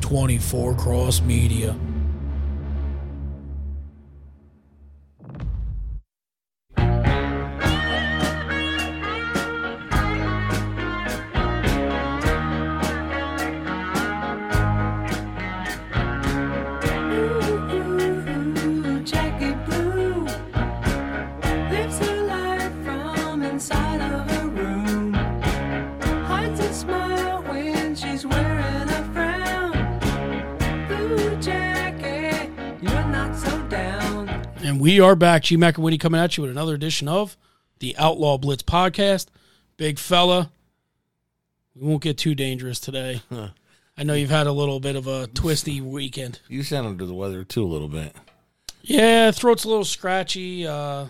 24 Cross Media. Ooh, Jackie Blue lives her life from inside of her room. Hides a smile when she's wearing a frown. Blue Jackie, you're not so down. And we are back. G Mac and Winnie coming at you with another edition of the Outlaw Blitz podcast. Big fella, we won't get too dangerous today. I know you've had a little bit of a twisty weekend. You sound under the weather too a little bit. Yeah, throat's a little scratchy, uh,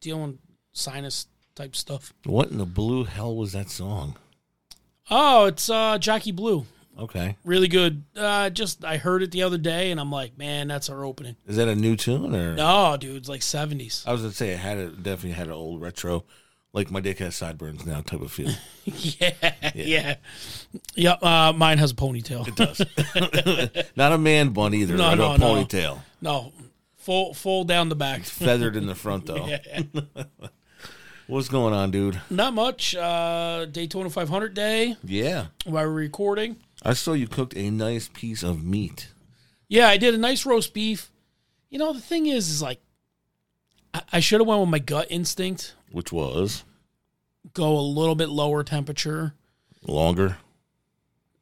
dealing sinus type stuff. What in the blue hell was that song? Oh, it's uh, Jackie Blue. Okay, Really good. Uh, just I heard it the other day, and I'm like, man, that's our opening. is that a new tune or? No, dude, it's like 70s. I was gonna say it had it definitely had an old retro, like my dick has sideburns now type of feel. yeah, yeah, yeah. uh, mine has a ponytail. It does. Not a man bun either. No, No, no, a no. ponytail, no, full full down the back. feathered in the front though. What's going on, dude? Not much. Uh, Daytona 500 day Yeah, while we're recording. I saw you cooked a nice piece of meat. Yeah, I did a nice roast beef. You know, the thing is, is like, I, I should have went with my gut instinct. Which was Go a little bit lower temperature. longer.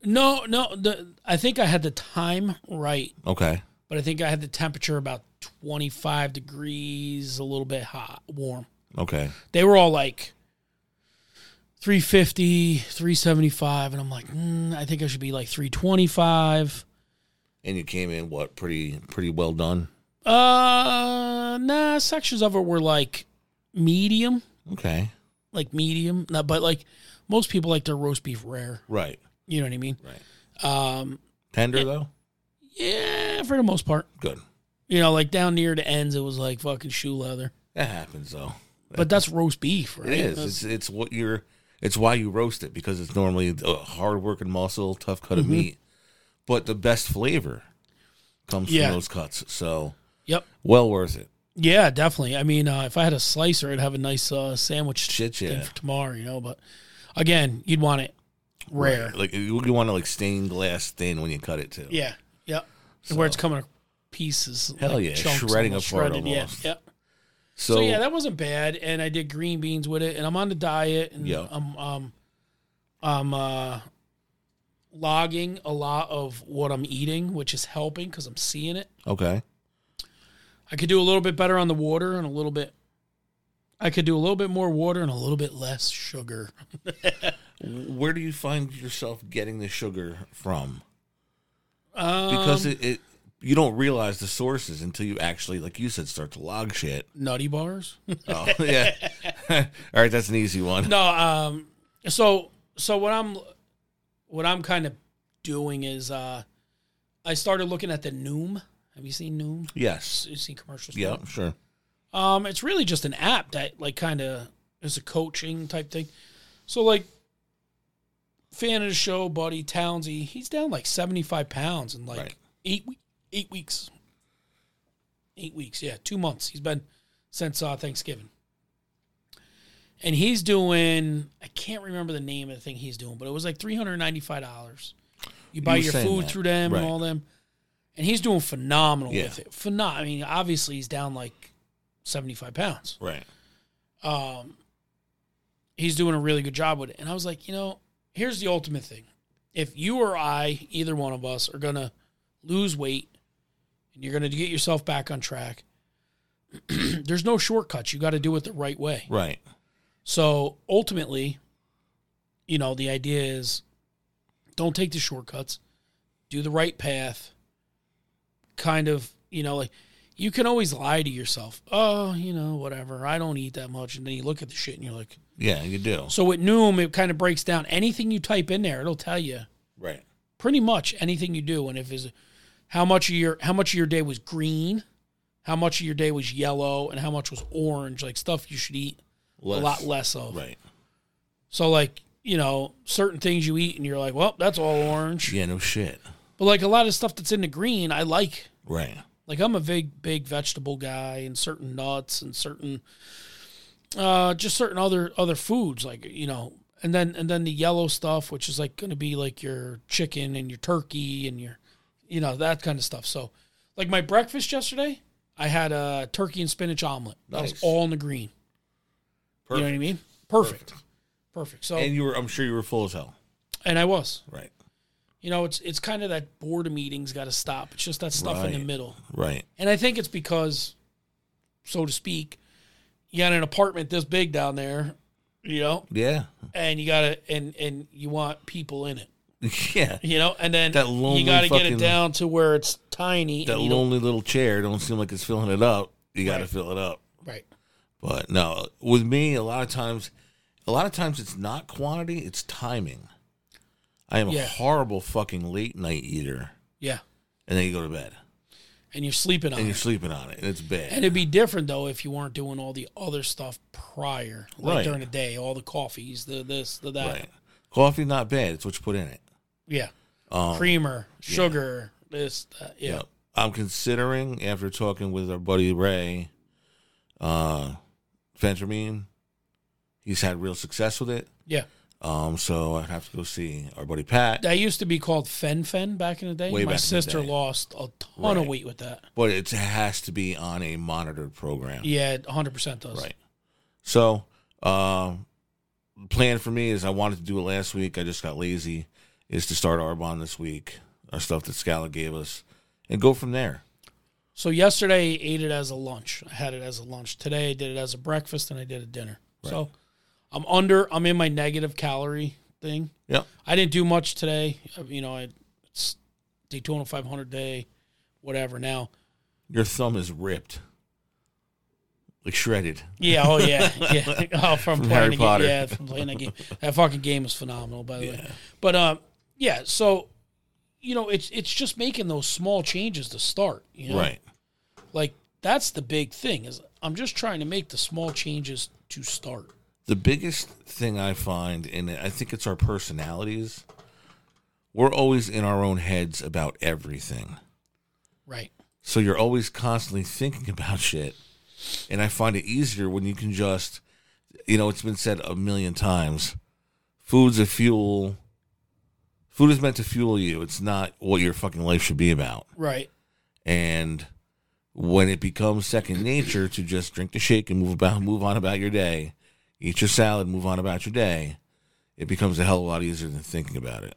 No, no. The, I think I had the time right, Okay. but I think I had the temperature about 25 degrees, a little bit hot, warm. Okay. they were all like 350 375 and i'm like mm, i think i should be like 325 And you came in what pretty pretty well done. uh nah sections of it were like medium Okay. like medium Nah, but like most people like their roast beef rare Right. you know what i mean Right. um Tender though. yeah for the most part Good. you know like down near the ends it was like fucking shoe leather That happens though. but that's roast beef right It is. That's- It's it's what you're. It's why you roast it because it's normally a hard working muscle, tough cut Mm-hmm. of meat, but the best flavor comes Yeah. from those cuts. So yep well worth it. yeah definitely i mean uh, if i had a slicer i'd have a nice uh, sandwich Shit, thing yeah. for tomorrow, you know. But again, you'd want it rare. Like you, you want to like stained glass thin when you cut it too. Yeah, yeah. Where it's coming to pieces. Hell yeah, shredding almost, apart Yeah, almost. yeah. So, So, yeah, that wasn't bad. And I did green beans with it, and I'm on the diet, and Yeah. I'm um, I'm uh, logging a lot of what I'm eating, which is helping because I'm seeing it. okay. I could do a little bit better on the water and a little bit. I could do a little bit more water and a little bit less sugar. Where do you find yourself getting the sugar from? Um, Because it, it you don't realize the sources until you actually, like you said, start to log shit. Um, nutty bars. Oh yeah. All right, that's an easy one. No, um so so what I'm what I'm kind of doing is uh I started looking at the Noom. Have you seen Noom? Yes. You've seen commercials. for Yeah. it? Sure. Um it's really just an app that like kind of is a coaching type thing. So like fan of the show buddy Townsy, he's down like 75 pounds in like Right. 8 we- 8 weeks. 8 weeks. Yeah, 2 months. He's been since uh, Thanksgiving and he's doing I can't remember the name of the thing he's doing, but it was like three hundred ninety five dollars. You buy You were your saying food that, through them right. and all them, and he's doing phenomenal Yeah. with it. Phenom- I mean, obviously he's down like seventy five pounds. Right. Um, he's doing a really good job with it, and I was like, you know, here's the ultimate thing: if you or I, either one of us, are gonna lose weight and you're gonna get yourself back on track. There's no shortcuts. You got to do it the right way. Right. So ultimately, you know, the idea is don't take the shortcuts, do the right path. Kind of, you know, like you can always lie to yourself. Oh, you know, whatever. I don't eat that much. And then you look at the shit and you're like, Yeah, you do. so at Noom, it kind of breaks down anything you type in there. It'll tell you Right. pretty much anything you do. And if is how much of your, how much of your day was green, how much of your day was yellow and how much was orange, like stuff you should eat a lot less of. Right. So like, you know, certain things you eat and you're like, well, that's all orange. Yeah, no shit. But like a lot of stuff that's in the green, I like. Right. Like I'm a big, big vegetable guy, and certain nuts, and certain, uh, just certain other other foods, like you know, and then and then the yellow stuff, which is like going to be like your chicken and your turkey and your, you know, that kind of stuff. So, like my breakfast yesterday, I had a turkey and spinach omelet. That was Nice. all in the green. You know what I mean? Perfect, perfect. So, And you were, I'm sure you were full as hell. and I was. Right. You know, it's it's kind of that board of meetings got to stop. It's just that stuff in the Right. middle. Right. And I think it's because, so to speak, you got an apartment this big down there, you know, Yeah. and you gotta and and you want people in it, yeah. you know, and then That lonely you gotta get it fucking- down to where it's tiny. That and you don't- lonely little chair don't seem like it's filling it up. You got to fill it up. right, But no, with me, a lot of times, a lot of times it's not quantity, it's timing. I am Yeah. a horrible fucking late night eater, yeah, and then you go to bed and you're sleeping on and you're it. sleeping on it, Uh-huh. and it's bad. And it'd be different though if you weren't doing all the other stuff prior, like Right. during the day, all the coffees, the this, the that, right. Coffee not bad. It's what you put in it. yeah, Um, creamer, sugar, this, that, yeah, Yep. I'm considering after talking with our buddy Ray, uh, Fentramine, he's had real success with it. yeah. Um, so I have to go see our buddy Pat. That used to be called Fen Fen back in the day. Way My back in the sister day. lost a ton of Right. weight with that. But it has to be on a monitored program. Yeah, it 100% does. Right. So, um, plan for me is I wanted to do it last week. I just got lazy. Is to start Arbon this week, our stuff that Scala gave us, and go from there. So yesterday I ate it as a lunch. I had it as a lunch. Today I did it as a breakfast and I did a dinner. So I'm under I'm in my negative calorie thing. Yep. I didn't do much today. Uh, You know, I it's Daytona 500 day, whatever. Now, Your thumb is ripped, like shredded. yeah, oh yeah, yeah. Oh, from, playing Harry the Potter. Game, yeah, from playing that game. That fucking game is phenomenal, by the way. But um, yeah. So, you know, it's it's just making those small changes to start. You know? Right. Like that's the big thing is I'm just trying to make the small changes to start. the biggest thing I find, and I think it's our personalities, we're always in our own heads about everything. Right. So you're always constantly thinking about shit. And I find it easier when you can just, you know, it's been said a million times food's a fuel. Food is meant to fuel you, it's not what your fucking life should be about. Right. And when it becomes second nature to just drink the shake and move about, move on about your day, eat your salad, move on about your day, it becomes a hell of a lot easier than thinking about it.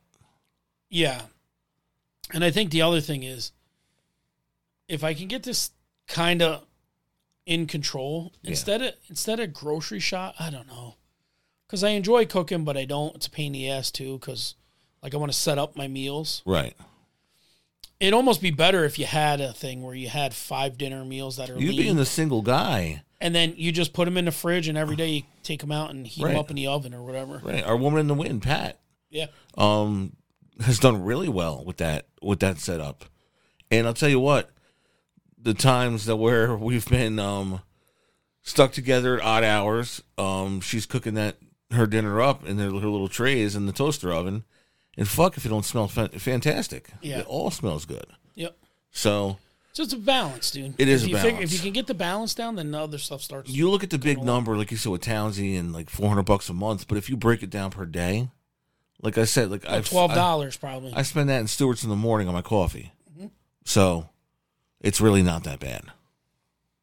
Yeah. And I think the other thing is if I can get this kind of in control Yeah. instead of instead of grocery shop, I don't know. Cuz I enjoy cooking but I don't it's a pain in the ass too cuz like I want to set up my meals. Right. It'd almost be better if you had a thing where you had five dinner meals that are You lean, being the single guy, and then you just put them in the fridge and every day you take them out and heat Right. them up in the oven or whatever. right? Our woman in the wind, Pat, Yeah. um, has done really well with that with that setup. And I'll tell you what, the times that where we've been um, stuck together at odd hours, um, she's cooking that her dinner up in their, her little trays in the toaster oven, and fuck if it don't smell fan- fantastic. Yeah. it all smells good. Yep. So So it's a balance, dude. It is if a you if balance. you can get the balance down, then the other stuff starts. you look at the big number, like you said with Townsy, and like four hundred bucks a month. But if you break it down per day, like I said, like I've twelve I- dollars probably. I spend that in Stewart's in the morning on my coffee. So it's really not that bad.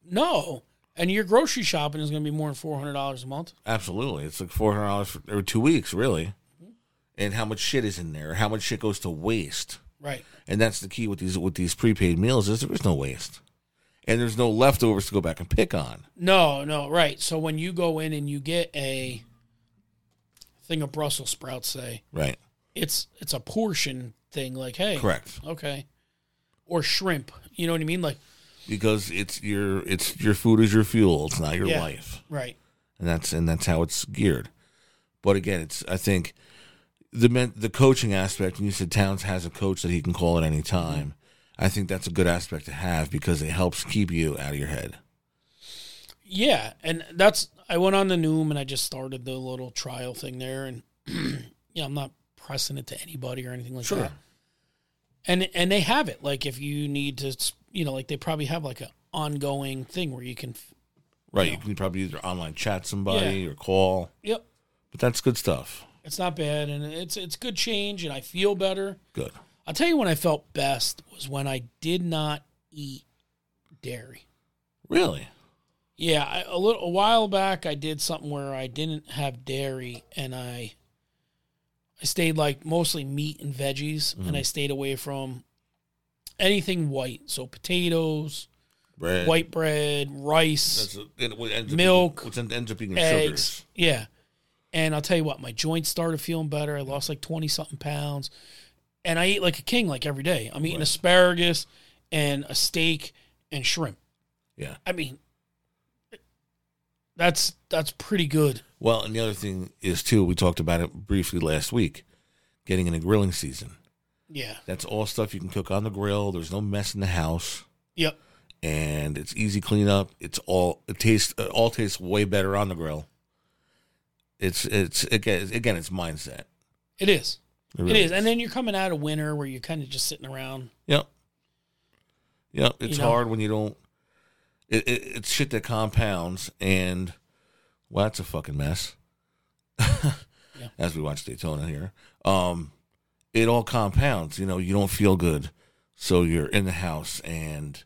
no, and your grocery shopping is going to be more than four hundred dollars a month. Absolutely. It's like $400 for every two weeks, really. And how much shit is in there? How much shit goes to waste? Right. And that's the key with these with these prepaid meals is there is no waste. And there's no leftovers to go back and pick on. No, no, right. So when you go in and you get a thing of Brussels sprouts, say Right. it's it's a portion thing. Like, hey, Correct. okay, or shrimp. You know what I mean? Like, Because it's your it's your food is your fuel. It's not your Yeah. life. right, and that's and that's how it's geared. But again, it's I think the men, the coaching aspect. And you said Towns has a coach that he can call at any time. I think that's a good aspect to have because it helps keep you out of your head. yeah. And that's I went on the Noom and I just started the little trial thing there, and you know I'm not pressing it to anybody or anything like that. and and they have it. Like if you need to, you know, like they probably have like an ongoing thing where you can. Right. You can probably either online chat somebody or call, Yep, but that's good stuff. it's not bad, and it's it's good change, and I feel better. Good. I'll tell you when I felt best was when I did not eat dairy. Really? Yeah, I, a little a while back I did something where I didn't have dairy and I I stayed like mostly meat and veggies Mm-hmm. and I stayed away from anything white, so potatoes, Bread. white bread, rice, That's a, and what ends up Milk. being- What ends up being eggs. sugars. Yeah. And I'll tell you what, my joints started feeling better. I lost like 20 something pounds. And I eat like a king like every day. I'm eating Right. asparagus and a steak and shrimp. Yeah. I mean that's that's pretty good. Well, and the other thing is too, we talked about it briefly last week, getting in a grilling season. Yeah. That's all stuff you can cook on the grill. There's no mess in the house, Yep. and it's easy cleanup. It's all it tastes it all tastes way better on the grill. It's it's again again it's mindset. It is. It, really it is. And then you're coming out of winter where you're kind of just sitting around. Yep. Yep. It's know? hard when you don't. It, it, it's shit that compounds, and well, that's a fucking mess. As we watch Daytona here, um, it all compounds. You know, you don't feel good, so you're in the house and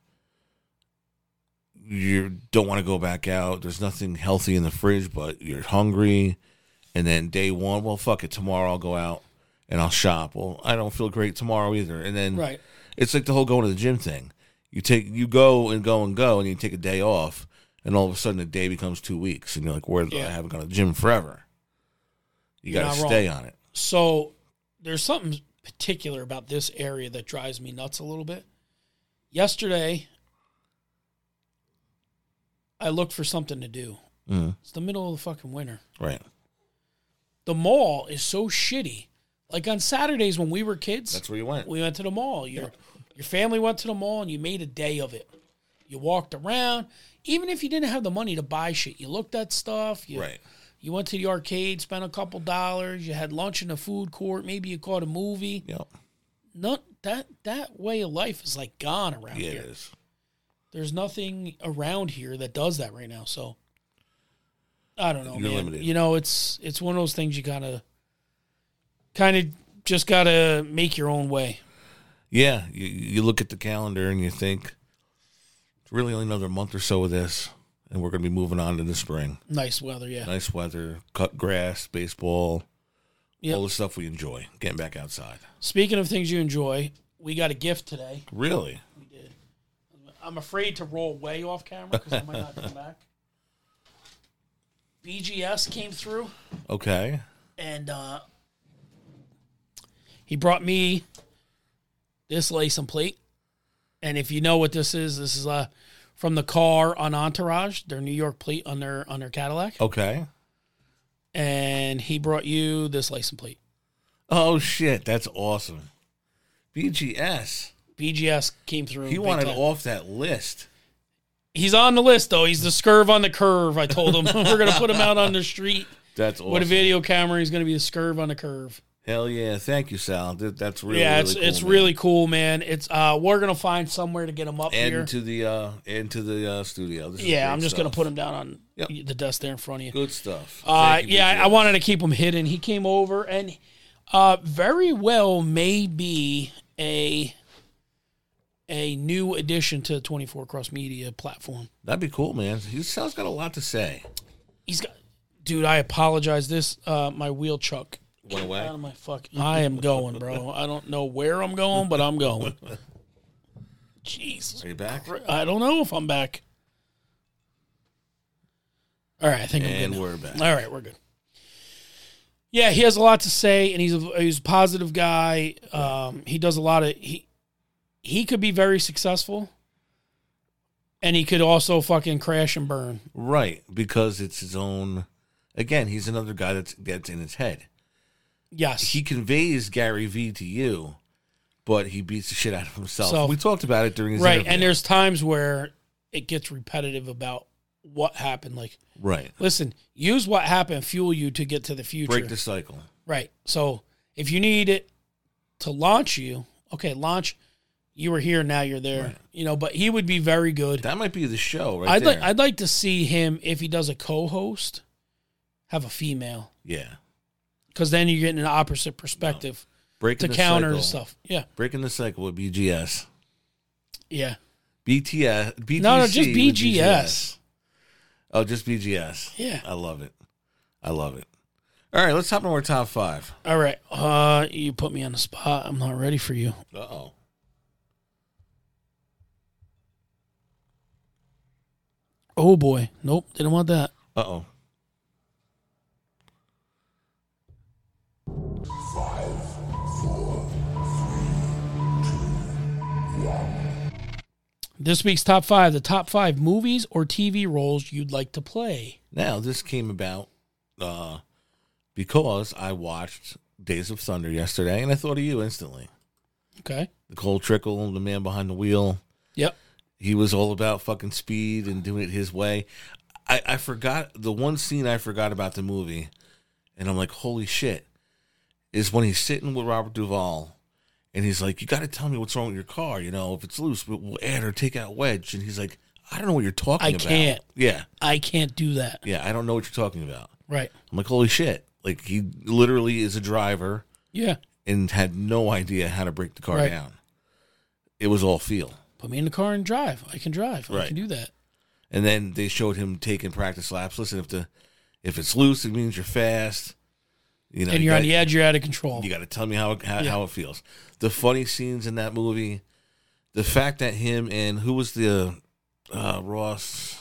you don't want to go back out. There's nothing healthy in the fridge, but you're hungry. And then day one, well, fuck it. Tomorrow I'll go out and I'll shop. Well, I don't feel great tomorrow either. And then Right. it's like the whole going to the gym thing. You take you go and go and go, and you take a day off, and all of a sudden the day becomes two weeks, and you're like, "Where Yeah. I haven't gone to the gym forever." You You're got to not stay on it. So there's something particular about this area that drives me nuts a little bit. Yesterday, I looked for something to do. Mhm. It's the middle of the fucking winter. Right. The mall is so shitty. Like on Saturdays when we were kids, That's where you went. we went to the mall. Your your family went to the mall and you made a day of it. You walked around. Even if you didn't have the money to buy shit, you looked at stuff. You, Right. You went to the arcade, spent a couple dollars. You had lunch in the food court. Maybe you caught a movie. Yep. No, that that way of life is like gone around Yeah, here. it is. There's nothing around here that does that right now. So I don't know, You're man. limited. You know, it's it's one of those things you gotta kind of just gotta make your own way. Yeah. You, you look at the calendar and you think it's really only another month or so of this, and we're going to be moving on to the spring. Nice weather, yeah. Nice weather, cut grass, baseball, Yep. all the stuff we enjoy. Getting back outside. Speaking of things you enjoy, we got a gift today. Really. I'm afraid to roll way off camera because I might not come back. BGS came through Okay. and uh, he brought me this lace and plate. And if you know what this is, this is uh, from the car on Entourage, their New York plate on their on their Cadillac. Okay. And he brought you this lace and plate. Oh shit, that's awesome. BGS. BGS came through. He big wanted time. off that list. He's on the list though. He's the scurve on the curve. I told him we're gonna put him out on the street That's awesome. with a video camera. He's gonna be the scurve on the curve. Hell yeah. Thank you, Sal. Th- That's really yeah, it's really cool, it's man. really cool, man. It's uh, we're gonna find somewhere to get him up add here. into the uh add to the uh studio. This is yeah, great I'm just gonna stuff. put him down on Yep. the desk there in front of you. good stuff. Uh, Thank you, yeah, I, I BGS. wanted to keep him hidden. He came over and uh, very well may be a a new addition to the 24 Cross Media platform. That'd be cool, man. He Sal's got a lot to say. He's got, dude. I apologize. This uh, my wheel chuck Went away. out of my fuck. I am going, bro. I don't know where I'm going, but I'm going. Jesus, Are you back? I don't know if I'm back. All right, I think I'm And good. now. we're back. All right, we're good. Yeah, he has a lot to say, and he's a he's a positive guy. Um, he does a lot of he he could be very successful, and he could also fucking crash and burn. Right, because it's his own again, he's another guy that's that's in his head. Yes, he conveys Gary Vee to you, but he beats the shit out of himself. So- we talked about it during his right. interview. And there's times where it gets repetitive about what happened. Like, right. listen, use what happened, fuel you to get to the future. Break the cycle. Right. So if you need it to launch you, okay, launch. You were here, now you're there. You know, but he would be very good. That might be the show, right I'd there. like I'd like to see him if he does a co-host, have a female yeah, because then you're getting an opposite perspective to breaking the counter cycle. the stuff. Yeah, Breaking the cycle with BGS, yeah. BTS, BTC No, no, just with BGS. Oh, just BGS. Yeah. I love it. I love it. All right, let's hop into our top five. All right, uh, you put me on the spot. I'm not ready for you. Uh oh. Oh boy, nope, didn't want that. Uh oh. This week's top five: the top five movies or TV roles you'd like to play. Now this came about uh, because I watched Days of Thunder yesterday, and I thought of you instantly. Okay. Nicole Trickle, the man behind the wheel. Yep. he was all about fucking speed and doing it his way. I, I forgot the one scene I forgot about the movie, and I'm like, holy shit, is when he's sitting with Robert Duvall, and he's like, you got to tell me what's wrong with your car. You know, if it's loose, we- we'll add or take out wedge. And he's like, I don't know what you're talking I about. can't. Yeah, I can't do that. yeah, I don't know what you're talking about. Right. I'm like, holy shit, like he literally is a driver Yeah. and had no idea how to break the car Right. down. It was all feel. Put me in the car and drive. I can drive. I Right. can do that. and then they showed him taking practice laps. Listen, if the if it's loose, it means you're fast. You know, and you you're on gotta- the edge. You're out of control. You got to tell me how how, Yeah. how it feels. The funny scenes in that movie, the fact that him and who was the uh, Ross,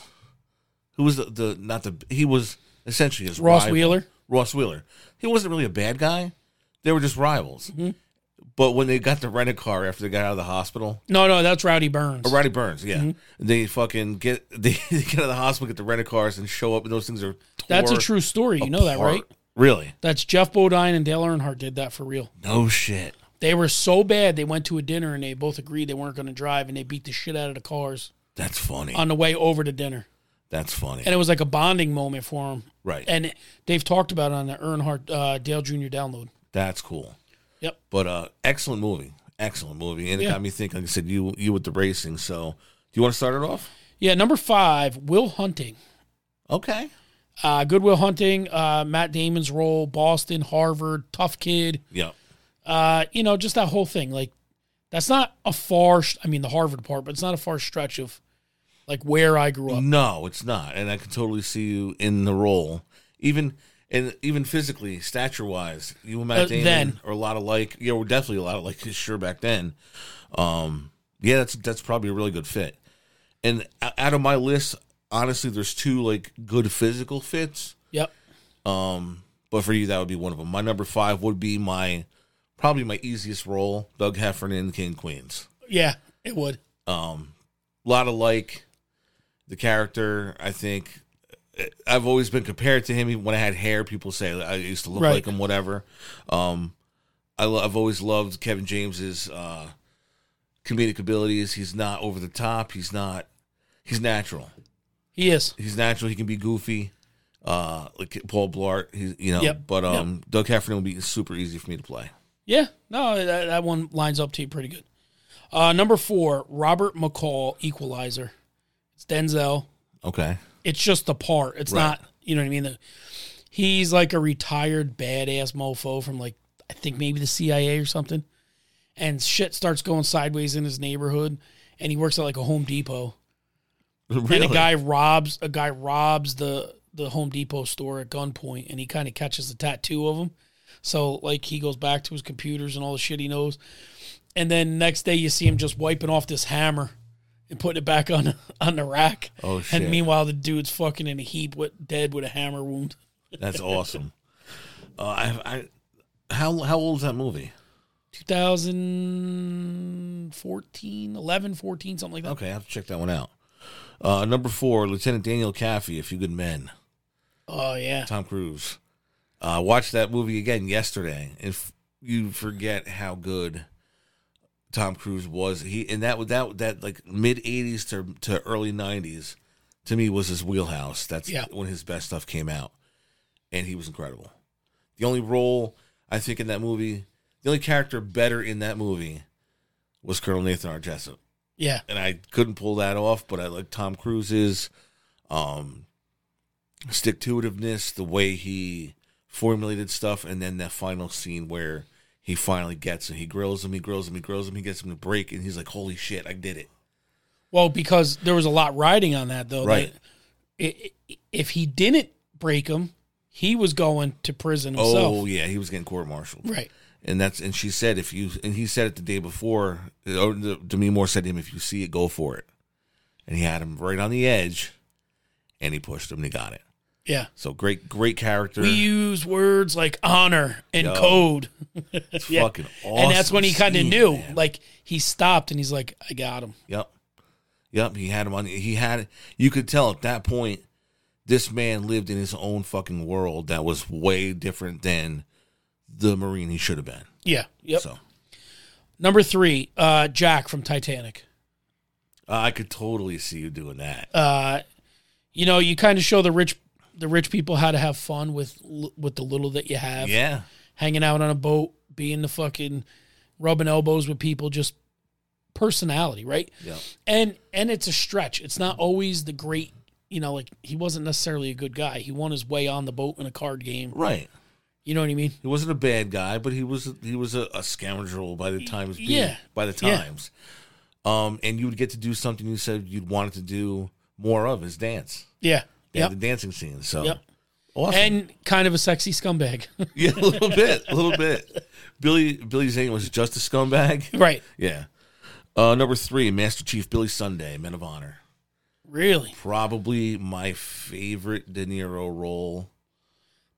who was the, the not the he was essentially his Ross rival. Wheeler. Ross Wheeler. He wasn't really a bad guy. They were just rivals. Mm-hmm. But when they got to rent a car after they got out of the hospital, No, no, that's Rowdy Burns. Roddy Burns, yeah. Mm-hmm. They fucking get they, they get out of the hospital, get the rental cars, and show up, and those things are. That's a tore true story. You know that, apart. right? Really? That's Jeff Bodine and Dale Earnhardt did that for real. No shit. They were so bad they went to a dinner and they both agreed they weren't going to drive and they beat the shit out of the cars That's funny. on the way over to dinner. That's funny. And it was like a bonding moment for them. right. And they've talked about it on the Earnhardt uh, Dale Jr. download. That's cool. Yep. But uh, excellent movie. Excellent movie, and it Yeah. got me thinking. Like I said, you you with the racing. So, do you want to start it off? Yeah, number five, Will Hunting. Okay. Uh, Goodwill Hunting, uh, Matt Damon's role, Boston, Harvard, tough kid. Yeah. uh, you know, just that whole thing. Like, that's not a far. I mean, the Harvard part, but it's not a far stretch of like where I grew up. No, it's not, and I can totally see you in the role, even and even physically, stature wise, you and Matt Uh, Damon then. are a lot alike. Yeah, we're definitely a lot alike, sure back then. Um, yeah, that's that's probably a really good fit. And o- out of my list, honestly, there's two like good physical fits, Um, Yep. but for you, that would be one of them. My number five would be my probably my easiest role, Doug Heffernan, King Queens. Yeah, it would. a lot of like the character. I think eh, I've always been compared to him. Even when I had hair, people say I used to look Right. like him. Whatever. Um, I lo- I've always loved Kevin James's uh, comedic abilities. He's not over the top. He's not. He's natural. He is. He's natural. He can be goofy. Uh, like Paul Blart, he's you know, Yep. but um, Doug Heffernan would be super easy for me to play. Yeah. No, that, that one lines up to you pretty good. Uh, number four, Robert McCall, Equalizer. It's Denzel. Okay, It's just the part. It's Right. not. You know what I mean? The- he's like a retired badass mofo from like I think maybe the CIA or something. And shit starts going sideways in his neighborhood, and he works at like a Home Depot. really? And a guy robs a guy robs the the Home Depot store at gunpoint, and he kind of catches the tattoo of him. So like he goes back to his computers and all the shit he knows, and then next day you see him just wiping off this hammer and putting it back on on the rack. Oh, shit. And meanwhile, the dude's fucking in a heap, with, dead with a hammer wound. That's awesome. Uh, I, I, how how old is that movie? 2014, 11, 14, something like that. Okay, I have to check that one out. Uh, number four, Lieutenant Daniel Caffey, A Few Good Men, Oh yeah, Tom Cruise. Uh, I watched that movie again yesterday. If you forget how good Tom Cruise was, he and that that that like mid '80s to to early '90s to me was his wheelhouse. That's Yeah. when his best stuff came out, and he was incredible. The only role I think in that movie, the only character better in that movie was Colonel Nathan R. Jessup, Yeah. and I couldn't pull that off. But I like Tom Cruise's um, stick to itiveness, the way he formulated stuff, and then that final scene where he finally gets and he grills him, he grills him, he grills him, he gets him to break, and he's like, "Holy shit, I did it!" Well, because there was a lot riding on Oh, that, though. Right. Like, i- i- if he didn't break him, he was going to prison himself. Oh yeah, he was getting court martialed. Right. and that's and she said if you and he said it the day before or the, Demi Moore said to him if you see it go for it and he had him right on the edge and he pushed him and he got it Yeah. so great great character We use words like honor and Yo. code. it's Yeah. fucking awesome and that's when he kind of scene, knew. man. Like, he stopped and he's like, I got him. yep yep he had him on he had you could tell at that point this man lived in his own fucking world that was way different than the marine he should have been Yeah. Yep. so Number three, uh, Jack from Titanic. I could totally see you doing that Uh, You know, you kind of show the rich the rich people how to have fun with l- with the little that you have. yeah Hanging out on a boat, being the fucking rubbing elbows with people, just personality, right? yep And and it's a stretch. It's not always the great. You know, like he wasn't necessarily a good guy. He won his way on the boat in a card game. right You know what I mean? He wasn't a bad guy, but he was he was a, a scoundrel by the times being, Yeah. by the Yeah. times. Um, and you would get to do something you said you'd wanted to do more of is dance. Yeah. Yeah, Yep. the dancing scene. So Yep. awesome. And kind of a sexy scumbag. yeah, a little bit, a little bit. Billy Billy Zane was just a scumbag. right. Yeah. Uh, number three, Master Chief Billy Sunday, Men of Honor. Really. Probably my favorite De Niro role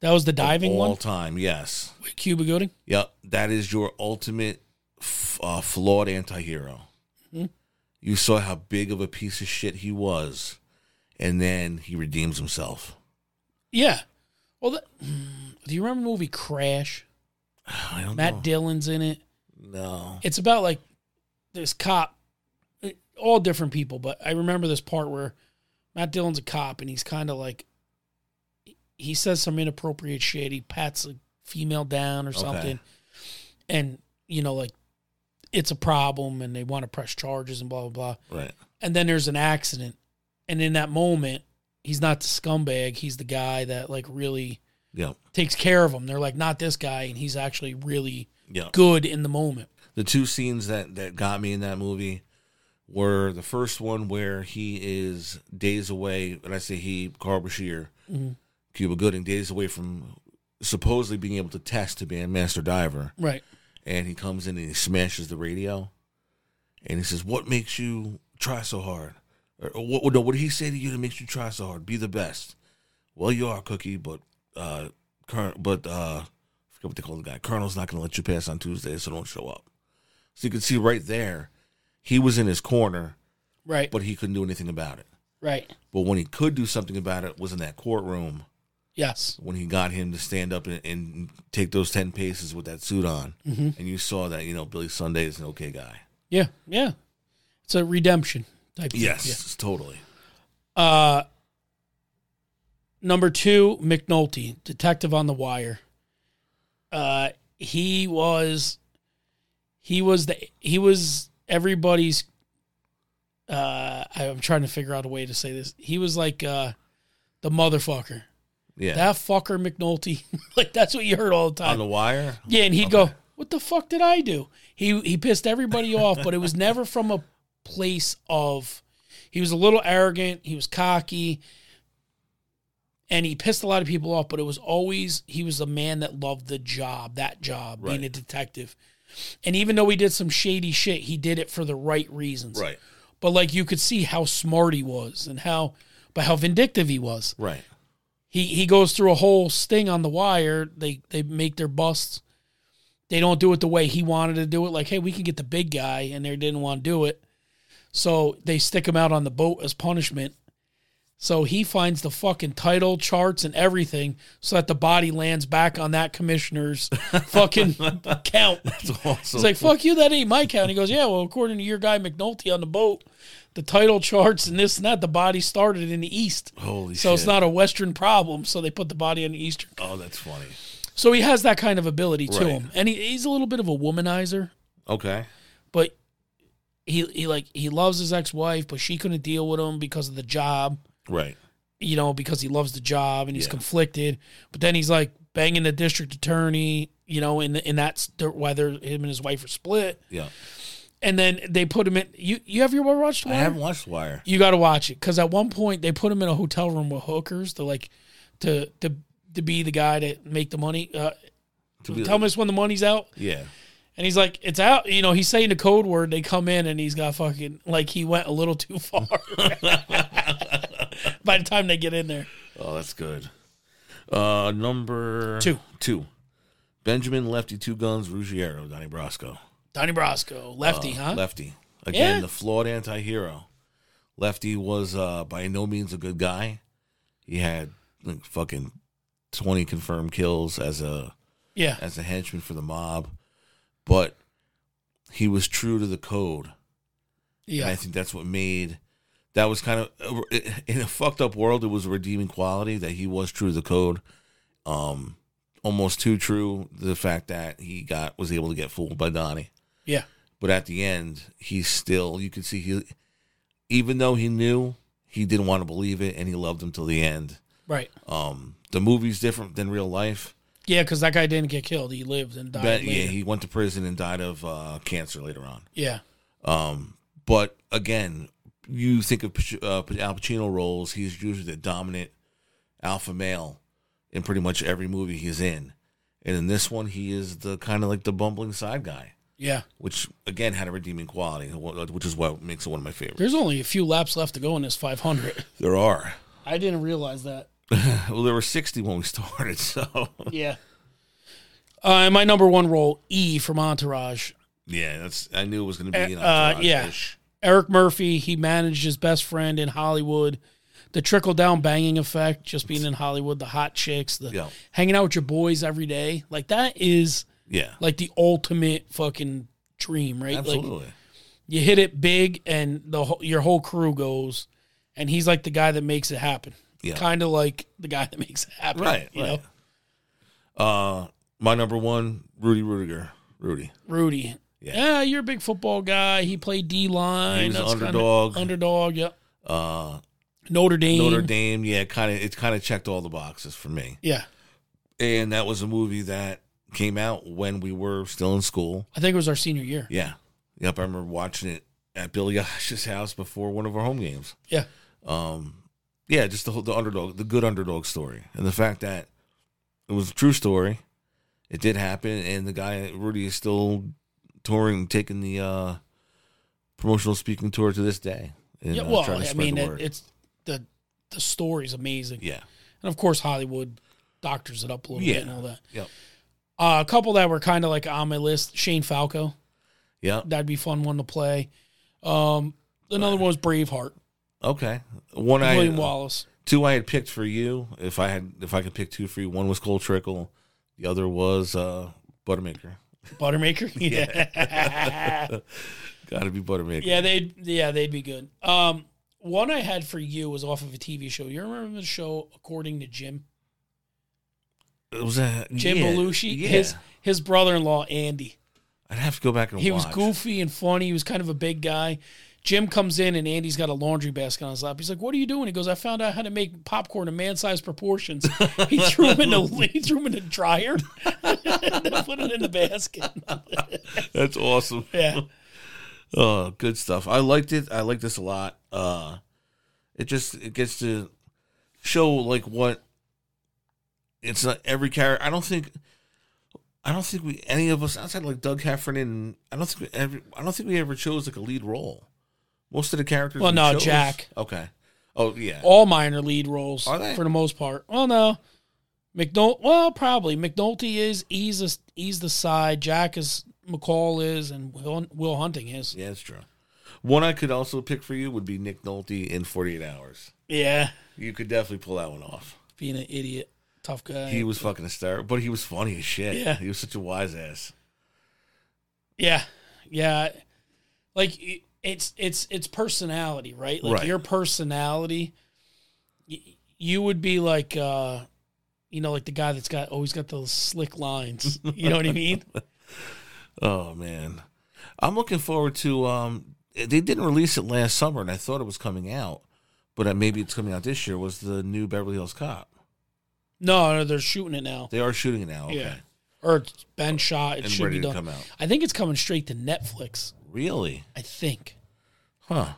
That was the of diving all one time. Yes. with Cuba Gooding. Yep, that is your ultimate f- uh, flawed anti-hero. Hmm. You saw how big of a piece of shit he was, and then he redeems himself. Yeah. Well, that, mm, do you remember the movie Crash? I don't Matt know. Dillon's in it. no. It's about like this cop, all different people, but I remember this part where Matt Dillon's a cop and he's kind of like, he says some inappropriate shit. He pats a female down or Okay. something. And, you know, like, it's a problem and they want to press charges and blah, blah, blah. Right. and then there's an accident and in that moment he's not the scumbag he's the guy that like really Yep. takes care of him they're like not this guy and he's actually really Yep. good in the moment The two scenes that that got me in that movie were the first one where he is days away, and I say he, Carl Bashir, Cuba Gooding, days away from supposedly being able to test to be a master diver. right and he comes in and he smashes the radio and he says what makes you try so hard or, or what no, what did he say to you that makes you try so hard be the best well you are cookie but uh current but uh I forget what they call the guy colonel's not going to let you pass on tuesday so don't show up so you can see right there he was in his corner right but he couldn't do anything about it right but when he could do something about it was in that courtroom yes when he got him to stand up and, and take those 10 paces with that suit on. Mm-hmm. And you saw that, you know, Billy Sunday is an okay guy. yeah yeah it's a redemption type thing. Yes, totally. Yeah. uh number two mcnulty detective on the wire uh he was he was the he was everybody's uh I- i'm trying to figure out a way to say this he was like uh the motherfucker Yeah. that fucker mcnulty like that's what you heard all the on time the wire? yeah and he'd go what the fuck did i do he he pissed everybody off but it was never from a place of he was a little arrogant he was cocky and he pissed a lot of people off but it was always he was a man that loved the job that job being a Right. detective and even though he did some shady shit he did it for the right reasons Right. but like you could see how smart he was and how but how vindictive he was Right. he he goes through a whole sting on the wire. They they make their busts. They don't do it the way he wanted to do it. Like, hey, we can get the big guy, and they didn't want to do it, so they stick him out on the boat as punishment. So he finds the fucking title charts and everything, so that the body lands back on that commissioner's fucking count. It's awesome. He's like, "Fuck you, that ain't my count." He goes, "Yeah, well, according to your guy McNulty on the boat, the title charts and this and that, the body started in the east. Holy so it's shit. not a Western problem. So they put the body in the eastern. oh, that's funny. So he has that kind of ability to Right. him, and he, he's a little bit of a womanizer, Okay. but he he like he loves his ex wife, but she couldn't deal with him because of the job. Right. You know, because he loves the job and he's Yeah. conflicted. But then he's like banging the district attorney. You know, and and that's the- why they're him and his wife are split. Yeah. And then they put him in. You you have your watch? I haven't watched Wire. You got to watch it because at one point they put him in a hotel room with hookers to like to to to be the guy to make the money. Uh, To be tell me us when the money's out. Yeah. And he's like, it's out. You know, he's saying the code word. They come in and he's got fucking, like, he went a little too far by the time they get in there. Oh, that's good. Uh, number Two. Two. Benjamin Lefty Two Guns Ruggiero Donnie Brasco. Donnie Brasco, lefty, huh? Uh, Lefty. Again, Yeah. the flawed anti hero. Lefty was uh, by no means a good guy. He had like, fucking 20 confirmed kills as a yeah. as a henchman for the mob, but he was true to the code. And I Yeah. think that's what made that was kind of in a fucked up world. It was a redeeming quality that he was true to the code, um, almost too true. The fact that he got was able to get fooled by Donnie, Yeah. but at the end, he's still you can see he, even though he knew he didn't want to believe it, and he loved him till the end. Right. Um, the movie's different than real life. Yeah, because that guy didn't get killed. He lived and died. But, yeah, later. he went to prison and died of uh, cancer later on. yeah. Um, but again, you think of Pac- uh, Al Pacino roles; he's usually the dominant alpha male in pretty much every movie he's in. And in this one, he is the kind of like the bumbling side guy, Yeah. which again had a redeeming quality, wh- which is what makes it one of my favorites. There's only a few laps left to go in this 500. There are. I didn't realize that. Well, there were sixty when we started, so Yeah. Uh, and my number one role, E from Entourage. yeah, that's I knew it was going to be. An Uh, yeah. E entourage-ish. Eric Murphy, he managed his best friend in Hollywood. The trickle down banging effect, just being in Hollywood, the hot chicks, the Yeah. hanging out with your boys every day. Like that is yeah, like the ultimate fucking dream, right? Like absolutely. you hit it big and the whole, your whole crew goes and he's like the guy that makes it happen. Yeah. Kind of like the guy that makes it happen. right, You right. know, Uh, my number one, Rudy Rudiger, Rudy. Rudy. Yeah. Yeah. you're a big football guy. He played D line. He was an underdog. Underdog, yeah. Uh, Notre Dame. Notre Dame, yeah, kind of it kind of checked all the boxes for me. Yeah. And that was a movie that came out when we were still in school. I think it was our senior year. Yeah. Yep, I remember watching it at Billy Osh's house before one of our home games. Yeah. Um yeah, just the whole, the underdog, the good underdog story. And the fact that it was a true story. It did happen and the guy Rudy is still touring taking the uh promotional speaking tour to this day. And, Yeah, uh, well, trying to I spread mean, the it, word. it's the the story's amazing, yeah. and of course Hollywood doctors it up a little Yeah. bit and all that. Yep. Uh, a couple that were kind of like on my list: Shane Falco, Yep. that'd be fun one to play. Um, another one was Braveheart, Okay. One William I Wallace. two I had picked for you. If I had if I could pick two for you, one was Cold Trickle, the other was uh Buttermaker. Buttermaker, yeah, Gotta be Buttermaker. yeah, they'd yeah they'd be good. Um, one I had for you was off of a TV show. You remember the show According to Jim? It was a Jim yeah, Belushi, Yeah. his his brother-in-law Andy. I'd have to go back and He watch. was goofy and funny. He was kind of a big guy. Jim comes in and Andy's got a laundry basket on his lap. He's like, "What are you doing?" He goes, "I found out how to make popcorn in man-sized proportions." He threw him in the he threw him in the dryer, and then put it in the basket. That's awesome. Yeah, Oh, good stuff. I liked it. I liked this a lot. Uh it just it gets to show like what it's not every character. I don't think I don't think we any of us outside like Doug Heffernan. I don't think we ever. I don't think we ever chose like a lead role. Most of the characters. Well, we no, chose- Jack. Okay. Oh yeah. all minor lead roles Are they? for the most part. Well, no, McNulty. Well, probably McNulty is. He's a, he's the side. Jack is. McCall is, and Will, Will Hunting is. Yeah, that's true. One I could also pick for you would be Nick Nolte in Forty Eight Hours. Yeah, You could definitely pull that one off. being an idiot, tough guy. He was fucking hysterical, but he was funny as shit. Yeah. He was such a wise ass. Yeah, yeah. Like it- it's it's it's personality, right? Like Right. your personality, y- you would be like, uh you know, like the guy that's got always got those slick lines. You know what I mean? Oh man, I'm looking forward to um they didn't release it last summer, and I thought it was coming out, but uh, maybe it's coming out this year. Was the new Beverly Hills Cop? No, no, they're shooting it now. They are shooting it now. Okay. Yeah, or it's been shot. It And should ready be to done. come out. I think it's coming straight to Netflix. Really? I think. Huh.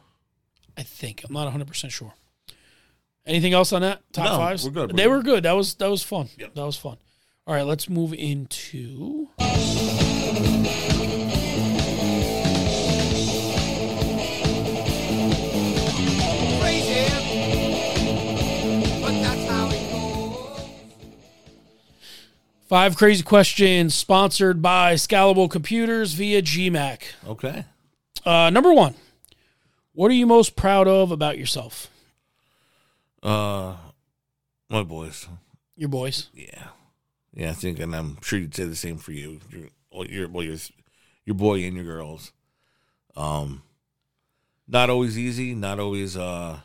I think. I'm not 100 percent sure. Anything else on that top No, fives? we're good, we're they good. were good. That was that was fun. That was fun. All right, let's move into. Five crazy questions sponsored by Scalable Computers via GMAC. Okay. Uh, number one, what are you most proud of about yourself? Uh, my boys. Your boys. Yeah, yeah. I think, and I'm sure you'd say the same for you. Your, well, your, well, your, your boy and your girls. Um, not always easy. Not always. Uh,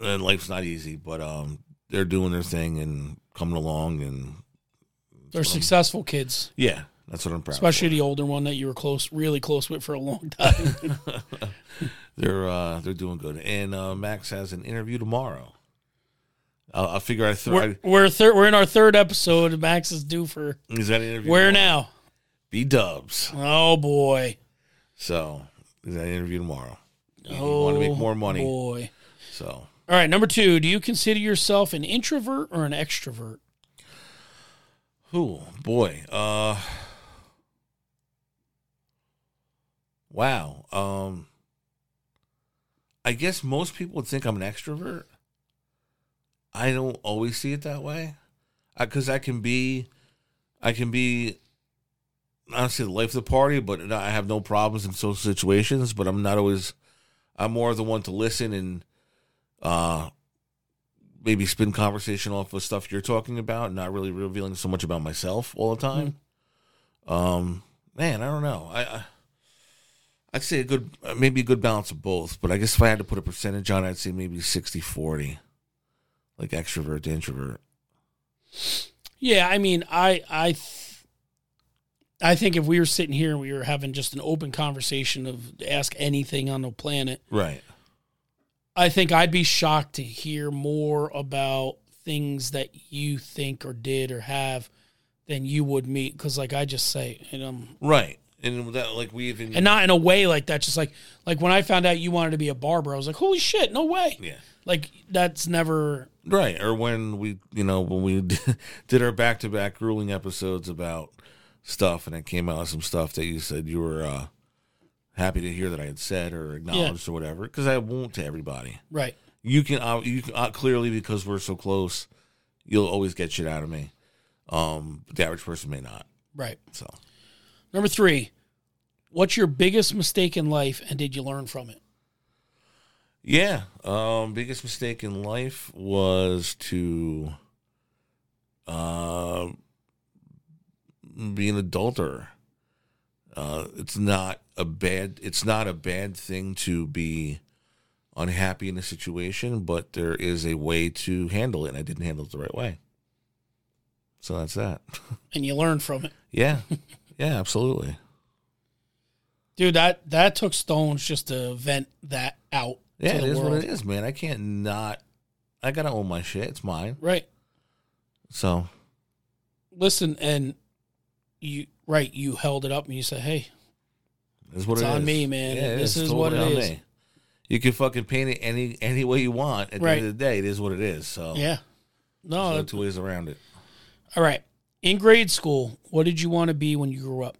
and life's not easy, but um, they're doing their thing and coming along, and They're successful kids, yeah, that's what I'm Um, proud. especially for. the older one that you were close, really close with for a long time. they're uh, they're doing good. And uh, Max has an interview tomorrow. I'll, I'll figure I throw. we're we're, thir- we're in our third episode. Max is due for Is that interview? where now? B Dubs. Oh boy! So is that interview tomorrow? You Oh, want to make more money, Boy. so All right, number two. Do you consider yourself an introvert or an extrovert? Ooh, boy. Uh Wow. Um I guess most people would think I'm an extrovert. I don't always see it that way. I cuz I can be I can be honestly the life of the party, but I have no problems in social situations, but I'm not always I'm more of the one to listen and uh maybe spin conversation off with stuff you're talking about, not really revealing so much about myself all the time. Um, man, I don't know. I, I I'd say a good uh, maybe a good balance of both, but I guess if I had to put a percentage on, it, I'd say maybe 60-40. like extrovert to introvert. Yeah, I mean, I I th- I think if we were sitting here and we were having just an open conversation of ask anything on the planet, Right. I think I'd be shocked to hear more about things that you think or did or have than you would me. Because like I just say, and um, Right. And with that, like we even and not in a way like that. Just like like when I found out you wanted to be a barber, I was like, holy shit, no way. yeah. Like that's never Right, or when we, you know, when we did our back-to-back grueling episodes about stuff, and it came out with some stuff that you said you were uh, happy to hear that I had said or acknowledged or whatever, because I won't to everybody. right. You can, uh, you can uh, clearly because we're so close, you'll always get shit out of me. Um, but the average person may not. Right. So, Number three, what's your biggest mistake in life, and did you learn from it? yeah, um, biggest mistake in life was to uh, be an adulterer. Uh, it's not a bad it's not a bad thing to be unhappy in a situation, but there is a way to handle it, and I didn't handle it the right way. So that's that. And you learn from it, yeah, yeah, absolutely. dude. That that took stones just to vent that out. to Yeah, it the is world. what it is, man. I can't not. I gotta own my shit. It's mine. Right. So Listen, and you right, you held it up and you said, "Hey, It's what It's it on is. me, man. it This is what totally it on is. me. You can fucking paint it any any way you want. At Right. the end of the day, it is what it is. So yeah, there's no, no that- two ways around it. all right." In grade school, what did you want to be when you grew up?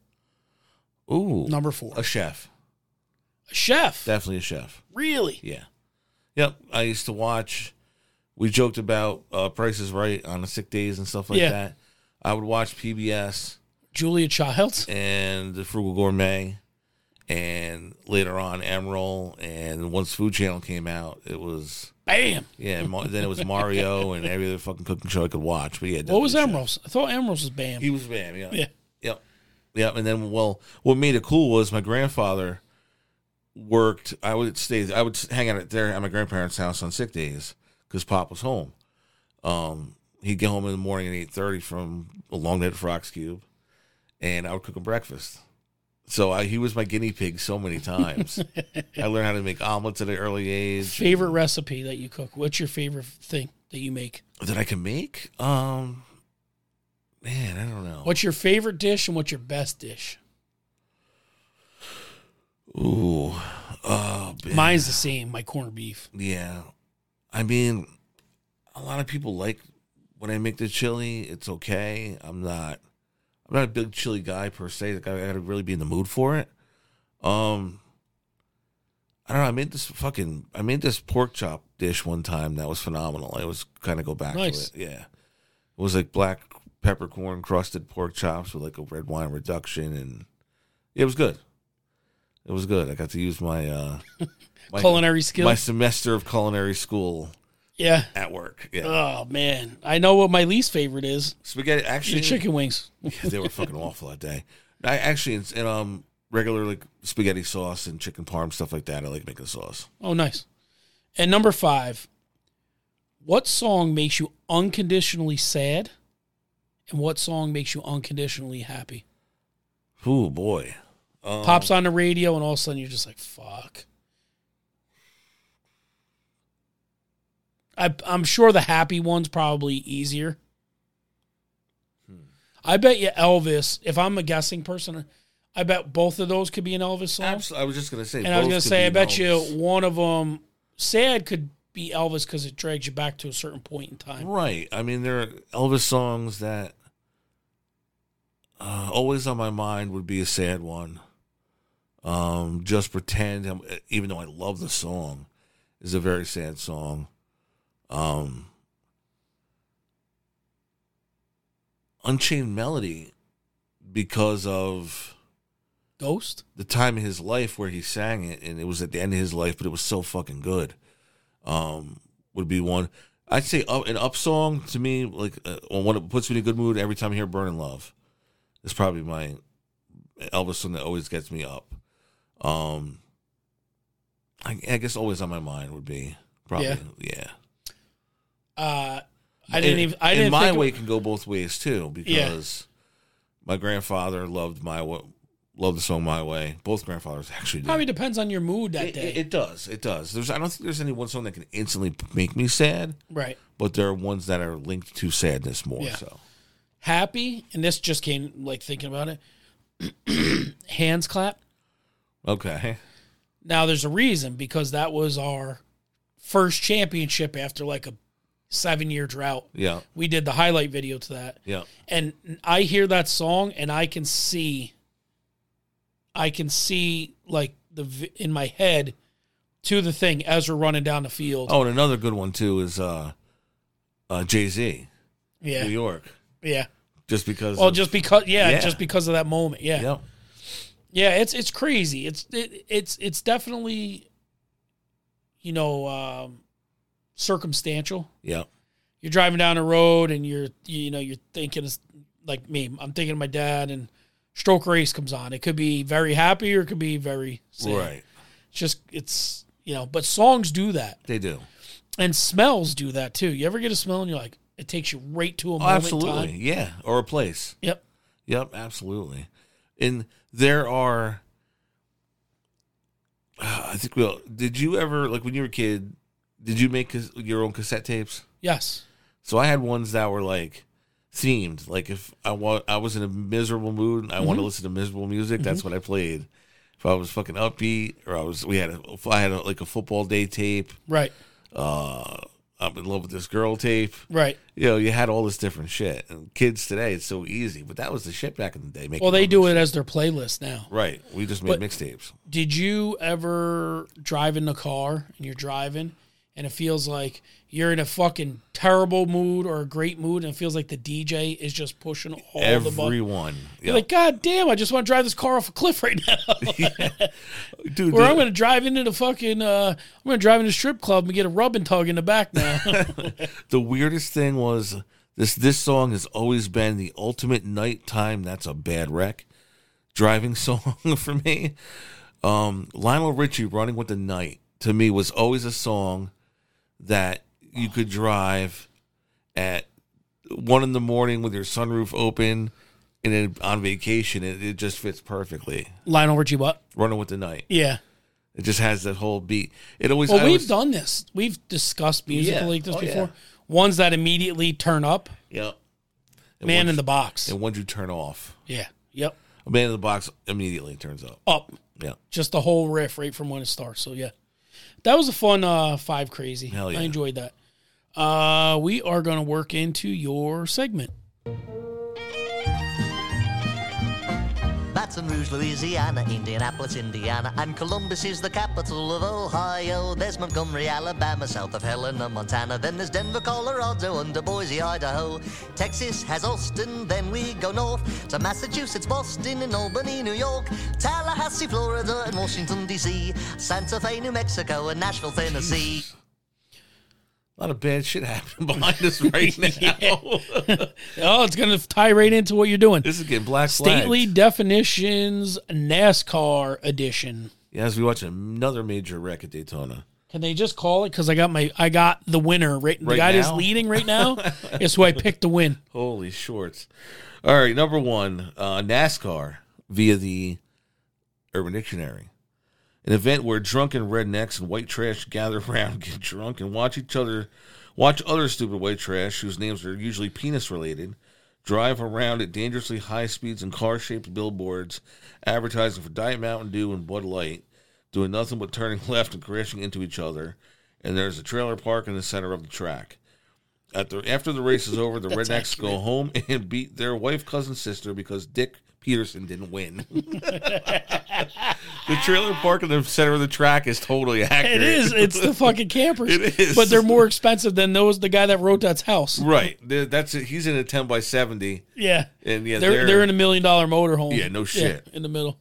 Ooh, Number four, a chef, a chef. definitely a chef. really? Yeah, yep. I used to watch. We joked about uh, prices right on the sick days and stuff like Yeah. that. I would watch PBS Julia Childs. and the Frugal Gourmet, and later on Emerald. And once Food Channel came out, it was Bam. yeah. Ma- then it was Mario and every other fucking cooking show I could watch. But yeah, What was definitely a chef. Emerald's? I thought Emerald's was Bam. He was Bam, yeah. Yeah. Yep. Yep. And then well what made it cool was my grandfather worked I would stay I would hang out at there at my grandparents' house on sick days because Pop was home. Um he'd get home in the morning at eight thirty from a long night at Frox Cube and I would cook him breakfast. So I, he was my guinea pig so many times. I learned how to make omelets at an early age Favorite recipe that you cook? What's your favorite thing that you make? that I can make. Um, man, I don't know. What's your favorite dish and what's your best dish? Ooh, oh, man. Mine's the same. My corned beef. Yeah. I mean, a lot of people like when I make the chili, it's okay. I'm not I'm not a big chili guy per se. Like I gotta really be in the mood for it. Um I don't know, I made this fucking I made this pork chop dish one time that was phenomenal. I was kinda go back Nice. to it. Yeah. It was like black peppercorn crusted pork chops with like a red wine reduction and it was good. It was good. I got to use my uh my- Culinary skills. my semester of culinary school yeah. at work. Yeah, Oh man, I know what my least favorite is. spaghetti. Actually, The chicken wings. Yeah, they were fucking awful that day. I actually it's- and um regular like spaghetti sauce and chicken parm stuff like that. I like making sauce. Oh, nice. And number five, what song makes you unconditionally sad, and what song makes you unconditionally happy? Ooh boy, um, Pops on the radio, and all of a sudden you're just like, "Fuck." I, I'm sure the happy one's probably easier. I bet you Elvis. If I'm a guessing person, I bet both of those could be an Elvis song. Abs- I was just gonna say, And I was both going to could say, be I bet Elvis. you one of them, sad could be Elvis because it drags you back to a certain point in time. Right. I mean, there are Elvis songs that uh, always on my mind would be a sad one. Um, just pretend, um, even though I love the song, is a very sad song. Um, Unchained Melody, because of Ghost? the time in his life where he sang it, and it was at the end of his life, but it was so fucking good. Um, would be one. I'd say up, an up song to me, like uh, on one that puts me in a good mood every time I hear "Burning Love." It's probably my Elvis song that always gets me up. Um, I, I guess always on my mind would be probably yeah. Yeah. Uh, I didn't And- even. I and didn't. my think way can go both ways too because my grandfather loved my wa- loved the song "My Way." Both grandfathers actually did. probably depends on your mood that It, day. it- it does. It does. There's. I don't think there's any one song that can instantly p- make me sad, right. but there are ones that are linked to sadness more. Yeah. So Happy, and this just came like thinking about it. Hands clap. okay, Now there's a reason because that was our first championship after like a seven year drought. yeah, We did the highlight video to that. yeah, and I hear that song and I can see I can see like the vi- in my head to the thing as we're running down the field. Oh, and another good one too is uh, uh, Jay Z, New yeah. York, Yeah. just because. Well, of- just because yeah, Yeah. just because of that moment. Yeah. yeah, Yeah, it's it's crazy. It's it, it's it's definitely you know um circumstantial. yeah, You're driving down the road and you're you know you're thinking it's like me. I'm thinking of my dad and stroke race comes on. It could be very happy or it could be very sad. right. It's just it's you know but songs do that They do. and smells do that too you ever get a smell and you're like it takes you right to a Oh, moment in absolutely. time. Yeah, or a place. yep Yep, absolutely. And there are. I think we'll. Did you ever like when you were a kid? Did you make cas- your own cassette tapes? yes So I had ones that were like themed. Like if I want, I was in a miserable mood and I Mm-hmm. want to listen to miserable music, that's what I played. If I was fucking upbeat, or I was, we had, a, I had a, like a football day tape. right Uh, I'm in love with this girl tape. right You know, you had all this different shit. And kids today, it's so easy, but that was the shit back in the day. Making well they your do it own as their playlist now shit. right. We just made But- mixtapes. did you ever drive in the car and you're driving and it feels like you're in a fucking terrible mood or a great mood and it feels like the dj is just pushing all the buttons Everyone, yeah, You're like god damn i just want to drive this car off a cliff right now dude. Or the- I'm going to drive into the fucking, uh, I'm going to drive into strip club and get a rub and tug in the back now. the weirdest thing was this this song has always been the ultimate nighttime that's a bad wreck driving song for me um lionel richie running with the night to me was always a song that you could drive at one in the morning with your sunroof open and then on vacation, it, it just fits perfectly. Lionel Richie what? Running with the night, Yeah. it just has that whole beat. It always. Well, I we've always- done this. We've discussed music Yeah. like this Oh, yeah. before. Ones that immediately turn up. Yeah. And Man once- in the box. and once you turn off, Yeah. Yep. a man in the box immediately turns up. Up. Yeah. Just the whole riff right from when it starts. So yeah. That was a fun uh five crazy. Hell yeah. I enjoyed that. Uh we are gonna work into your segment. Baton Rouge, Louisiana, Indianapolis, Indiana, and Columbus is the capital of Ohio. There's Montgomery, Alabama, south of Helena, Montana. Then there's Denver, Colorado, and to Boise, Idaho. Texas has Austin, then we go north to Massachusetts, Boston, and Albany, New York, Tallahassee, Florida, and Washington, D.C., Santa Fe, New Mexico, and Nashville, Tennessee. A lot of bad shit happening behind us right now. Oh, it's gonna tie right into what you're doing. this is getting black flagged. Stately Definitions NASCAR edition. Yeah, as we watch another major wreck at Daytona. Can they just call it? Because I got my I got the winner right. the Right guy that's now? leading right now is who I picked to win. Holy shorts! All right, number one, uh, NASCAR via the Urban Dictionary, an event where drunken rednecks and white trash gather around, get drunk, and watch each other, watch other stupid white trash whose names are usually penis related, drive around at dangerously high speeds and car shaped billboards, advertising for Diet Mountain Dew and Bud Light, doing nothing but turning left and crashing into each other. And there's a trailer park in the center of the track. At the, after the race is over, the rednecks go home and beat their wife, cousin, sister because Dick Peterson didn't win. the trailer park in the center of the track is totally It accurate. is. It's the fucking campers. It is. But they're more expensive than those the guy that wrote that's house. right. Th- That's it. He's in a ten by seventy, Yeah. and yeah, They're they're in a million dollar motorhome. Yeah, no shit. Uh, in the middle.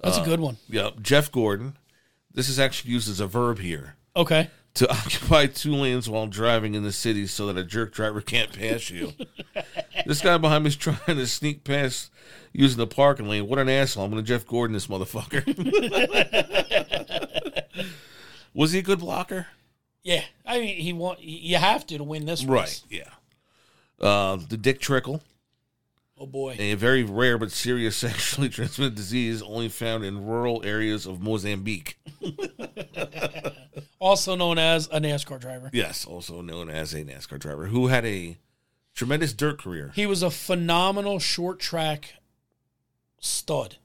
That's a good one. Yep, Jeff Gordon. This is actually used as a verb here Okay. to occupy two lanes while driving in the city so that a jerk driver can't pass you. this guy behind me is trying to sneak past using the parking lane. What an asshole! I'm going to Jeff Gordon this motherfucker. Was he a good blocker? Yeah. I mean, he want you have to to win this race. Right. Yeah. Uh, the dick trickle. Oh boy. a very rare but serious sexually transmitted disease only found in rural areas of Mozambique. Also known as a NASCAR driver. Yes, also known as a NASCAR driver who had a tremendous dirt career. He was a phenomenal short track stud.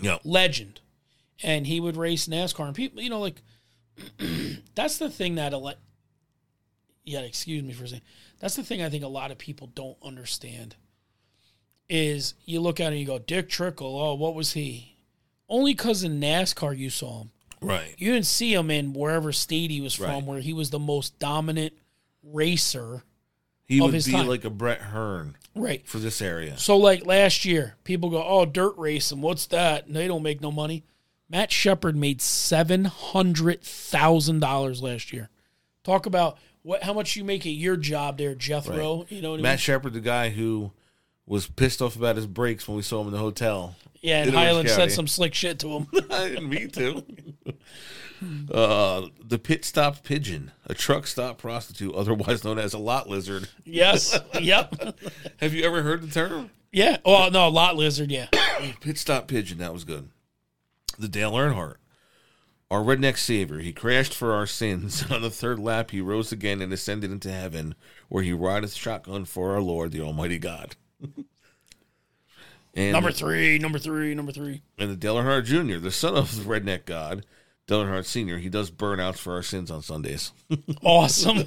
Yeah, legend, and he would race NASCAR. And people, you know, like that's the thing that a lot. Yeah, excuse me for saying. That's the thing I think a lot of people don't understand. Is you look at it and you go, Dick Trickle. Oh, what was he? Only because in NASCAR you saw him. right. You didn't see him in wherever state he was from, Right. where he was the most dominant racer. He Of would his be time. like a Brett Hearn Right. for this area. So, like last year, people go, "Oh, dirt racing, what's that?" And they don't make no money. Matt Shepard made seven hundred thousand dollars last year. Talk about what how much you make at your job there, Jethro. You know what I Matt mean? Shepard, the guy who was pissed off about his brakes when we saw him in the hotel. Yeah, and in Orange Highland said County. some slick shit to him. I didn't mean to. Uh, the pit stop pigeon, a truck stop prostitute, otherwise known as a lot lizard. yes. Yep. Have you ever heard the term? Yeah. Oh no, lot lizard. Yeah. Pit stop pigeon. That was good. The Dale Earnhardt, our redneck savior. He crashed for our sins. On the third lap, he rose again and ascended into heaven, where he rideth shotgun for our Lord, the Almighty God. and Number three. Number three. Number three. and the Dale Earnhardt Jr., the son of the redneck God, Dale Earnhardt Sr. He does burnouts for our sins on Sundays. Awesome.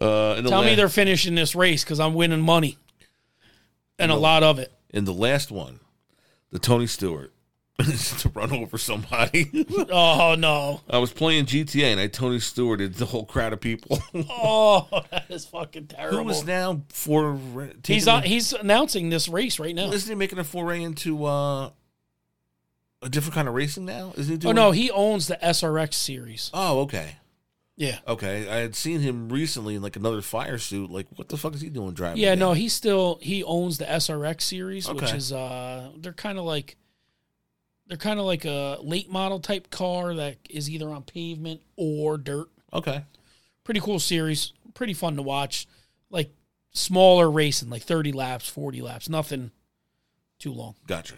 Uh, and the Tell me la- they're finishing this race because I'm winning money, and a lot of it. and the last one, the Tony Stewart, to run over somebody. Oh no. I was playing GTA and I Tony Stewarted the whole crowd of people. Oh, that is fucking terrible. Who is now for taking He's on, he's announcing this race right now. isn't he making a foray into uh, a different kind of racing now? Isn't he Oh doing? no, he owns the SRX series. Oh, okay, Yeah, okay. I had seen him recently in like another fire suit. Like, what the fuck is he doing driving? yeah. No, again? he still he owns the SRX series, which Okay. is uh, they're kind of like they're kind of like a late model type car that is either on pavement or dirt. Okay. Pretty cool series, pretty fun to watch. Like smaller racing, like 30 laps, 40 laps, nothing too long. Gotcha.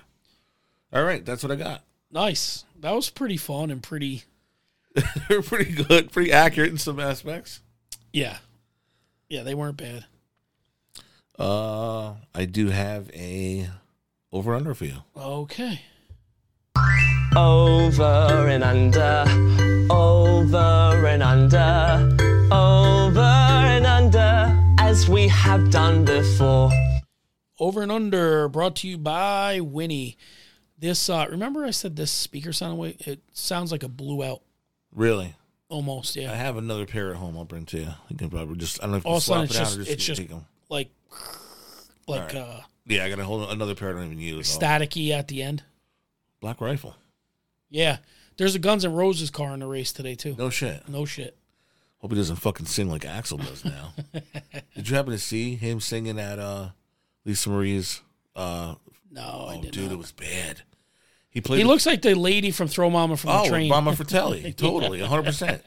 All right, that's what I got. Nice. That was pretty fun and pretty, They're pretty good, pretty accurate in some aspects. yeah. Yeah, they weren't bad. Uh, I do have a over under for you. Okay. Over and under, over and under, over and under, as we have done before. Over and Under, brought to you by Winnie. This uh, remember I said this speaker sound away. It sounds like a blew out Really, almost. I Yeah, have another pair at home. I'll bring to you. You can probably just I don't know if you All of a sudden, swap it it's out just- or just, it's just- take them. like like uh, Yeah, I got a whole another pair I don't even use. staticky at the end. Black rifle. Yeah, there's a Guns N' Roses car in the race today too. No, No shit. shit. Hope he doesn't fucking sing like Axel does now. Did you happen to see him singing at uh, Lisa Marie's? Uh, No, I oh, didn't. dude, it was bad. He played. He the- looks like the lady from Throw Mama from oh, the Train. Obama Fratelli. Totally, one hundred percent.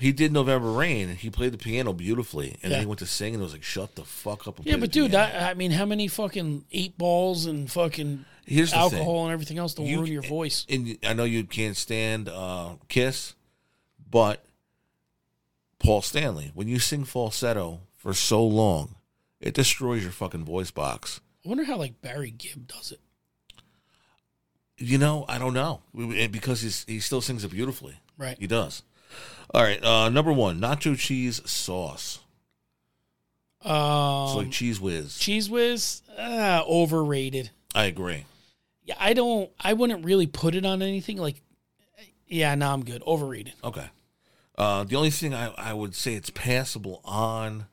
He did November Rain. and He played the piano beautifully, and then Yeah. he went to sing, and it was like, "Shut the fuck up." And Yeah, play the but dude, piano." I, I mean, how many fucking eight balls and fucking here's the alcohol thing. and everything else don't You- ruin your voice? And I know you can't stand uh, Kiss, but Paul Stanley, when you sing falsetto for so long, it destroys your fucking voice box. I wonder how like Barry Gibb does it. You know, I don't know We- and because he's, he still sings it beautifully. Right. He does. All right. Uh, number one, nacho cheese sauce. Um, It's like cheese whiz. Cheese Whiz, uh, overrated. I agree. Yeah, I don't. I wouldn't really put it on anything. Like, yeah, no, I'm good. Overrated. Okay. Uh, the only thing I, I would say it's passable on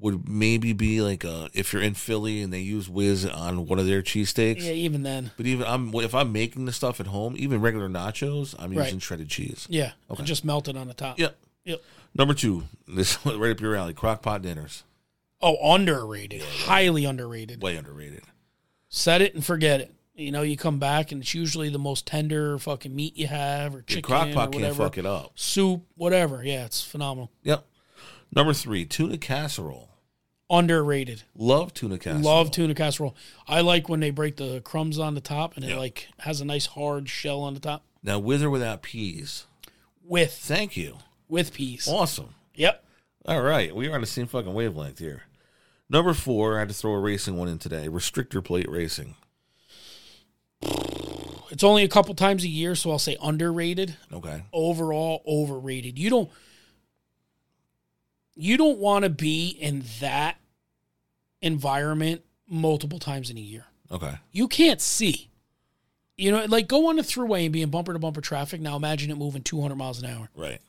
would maybe be like uh if you're in Philly and they use whiz on one of their cheesesteaks. Yeah, even then. But even I'm if I'm making the stuff at home, even regular nachos, I'm Right. using shredded cheese. Yeah, Okay. it just melted on the top. Yep. Yep. Number two, this right up your alley, crock pot dinners. Oh, underrated. Highly underrated. Way underrated. Set it and forget it. You know, you come back and it's usually the most tender fucking meat you have or Your chicken crock or pot whatever. can't fuck it up. Soup, whatever. Yeah, it's phenomenal. Yep. Number three, tuna casserole. Underrated. Love tuna casserole. Love tuna casserole. I like when they break the crumbs on the top and Yeah. it like has a nice hard shell on the top Now with or without peas. with Thank you. with peas. Awesome. Yep. All right, we are on the same fucking wavelength here. Number four, I had to throw a racing one in today. Restrictor plate racing. It's only a couple times a year, so I'll say underrated. Okay. Overall, overrated. You don't you don't want to be in that environment multiple times in a year. Okay. You can't see. You know, like go on the throughway and be in bumper to bumper traffic. Now imagine it moving 200 miles an hour. Right.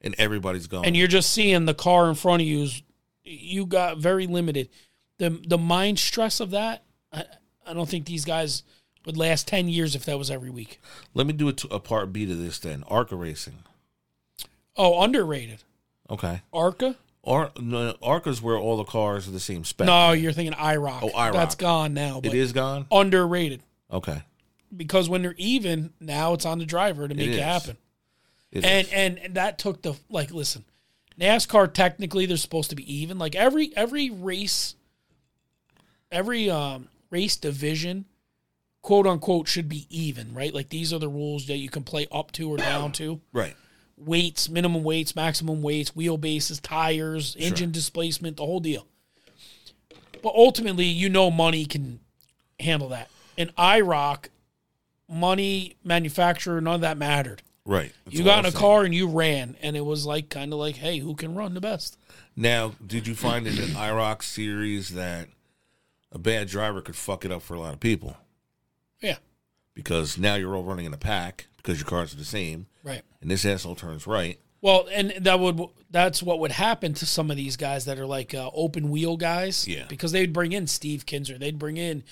And everybody's going. and you're just seeing the car in front of you is you got very limited the the mind stress of that I, I don't think these guys would last 10 years if that was every week Let me do a, t- a part B to this then. ARCA racing. oh underrated Okay. arca Ar- no, ARCA's where all the cars are the same spec. no you're thinking iroc Oh, IROC. that's gone now but It is gone? underrated Okay. because when they're even now it's on the driver to make it, is. happen It and, is. and and that took the like listen nascar technically they're supposed to be even like every every race every um race division quote unquote should be even right like these are the rules that you can play up to or down to Right. weights minimum weights maximum weights wheelbases tires engine displacement the whole deal but ultimately you know money can handle that in iroc money manufacturer none of that mattered Right. That's you what got I'm in a saying. car and you ran, and it was like kind of like, hey, who can run the best? Now, did you find in the IROC series that a bad driver could fuck it up for a lot of people? Yeah, Because now you're all running in a pack because your cars are the same. right. and this asshole turns right. Well, and that would that's what would happen to some of these guys that are like uh, open wheel guys. Yeah. because they'd bring in Steve Kinzer, they'd bring in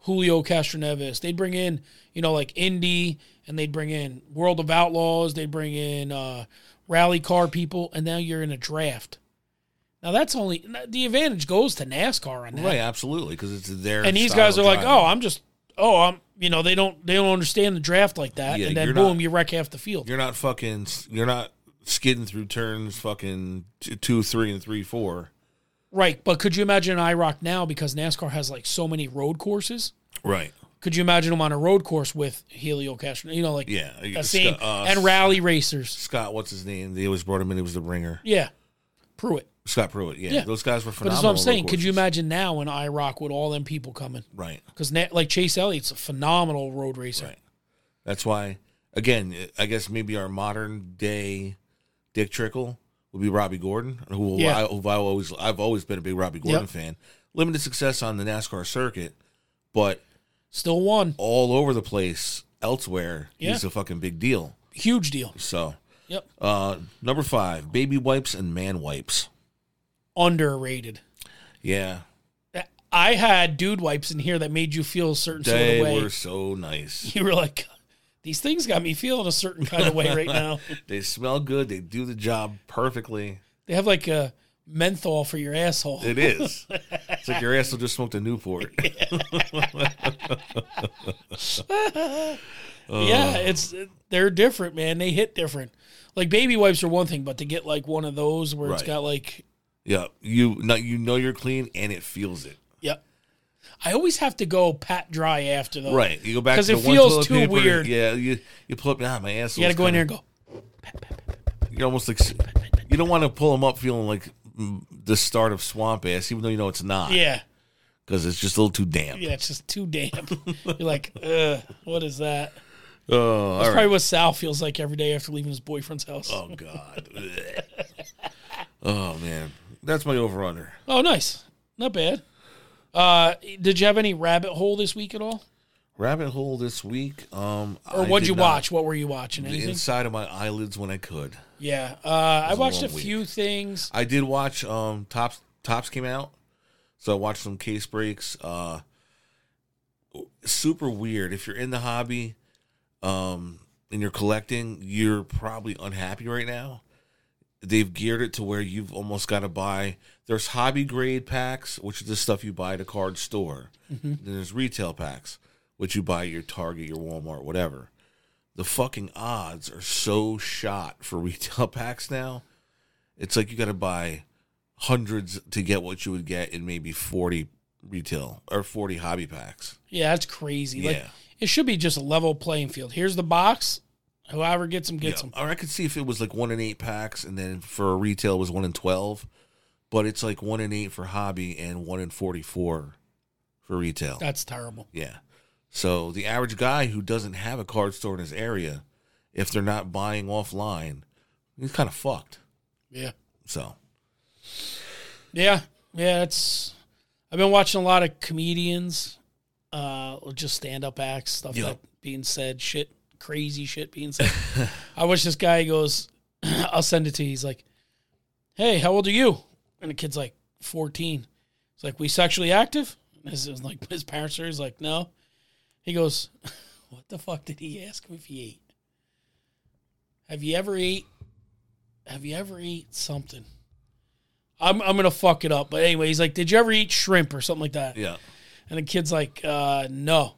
Julio Castroneves, they'd bring in you know like Indy, and they'd bring in World of Outlaws, they'd bring in uh, rally car people, and now you're in a draft. Now that's only the advantage goes to NASCAR on that. Right, absolutely, because it's their. and these style guys are of like, driving. oh, I'm just, oh, I'm, you know, they don't, they don't understand the draft like that, Yeah, and then you're boom, not- you wreck half the field. you're not fucking, you're not skidding through turns, fucking t- two, three, and three, four, Right, but could you imagine an IROC now because NASCAR has like so many road courses? Right. Could you imagine him on a road course with Helio Castro? You know, like Yeah, the uh, same uh, and rally racers. Scott, what's his name? They always brought him in. He was the ringer. Yeah, Pruitt. Scott Pruitt. Yeah, Yeah. those guys were But phenomenal. that's what I'm saying. road Could you courses. imagine now an IROC with all them people coming? Right. Because like Chase Elliott's a phenomenal road racer. Right. That's why, again, I guess maybe our modern day Dick Trickle would be Robbie Gordon, who, Yeah. I, who I always I've always been a big Robbie Gordon Yep. fan. Limited success on the NASCAR circuit, but Still won. all over the place elsewhere, he's Yeah. a fucking big deal. Huge deal. So, Yep. uh, number five, baby wipes and man wipes. Underrated. Uh, Yeah, I had dude wipes in here that made you feel a certain they sort of way. were so nice. You were like, these things got me feeling a certain kind of way right now. They smell good. They do the job perfectly. They have like a menthol for your asshole. It is. it's like your asshole just smoked a Newport. yeah, it's they're different, man. They hit different. Like baby wipes are one thing, but to get like one of those where it's Right. got like, Yeah, you no, you know you're clean and it feels it. yep. I always have to go pat dry after though. Right, you go back 'Cause to it the one feels toilet too paper, weird. Yeah, you you pull up. Ah, my ass. You got to go in there and go. You're almost like you don't want to pull them up feeling like mm, the start of swamp ass, even though you know it's not. Yeah, because it's just a little too damp. yeah, it's just too damp. You're like, Ugh, what is that? Oh, all That's right. probably what Sal feels like every day after leaving his boyfriend's house. Oh, oh god. oh man, that's my over under. Oh, nice, not bad. Uh, did you have any rabbit hole this week at all, Rabbit hole this week. Um, or I what'd did you not- watch? What were you watching? The Anything? inside of my eyelids when I could. Yeah, uh, I was a watched a long week. few things. I did watch um Tops Tops came out. So I watched some case breaks. Uh super weird. If you're in the hobby um and you're collecting, you're probably unhappy right now. They've geared it to where you've almost got to buy there's hobby grade packs, which is the stuff you buy at a card store. Then there's retail packs, which you buy at your Target, your Walmart, whatever. The fucking odds are so shot for retail packs now it's like you got to buy hundreds to get what you would get in maybe 40 retail or 40 hobby packs. Yeah, that's crazy. Like, Yeah. it should be just a level playing field. Here's the box. Whoever gets them gets Yeah. them. Or I could see if it was like one in eight packs and then for a retail it was one in 12, but it's like one in eight for hobby and one in 44 for retail. That's terrible. Yeah. So the average guy who doesn't have a card store in his area, if they're not buying offline, he's kind of fucked. Yeah, So, yeah, yeah. It's. I've been watching a lot of comedians, uh, or just stand up acts, stuff Yeah. that being said, shit, crazy shit being said. I wish this guy goes. I'll send it to you. He's like, "Hey, how old are you?" And the kid's like, 14. It's like, "We sexually active?" And his, his, like his parents are. He's like, "No." He goes, "What the fuck did he ask him if he ate? Have you ever ate? Have you ever ate something?" I'm I'm gonna fuck it up, but anyway, he's like, "Did you ever eat shrimp or something like that?" yeah. And the kid's like, uh, "No."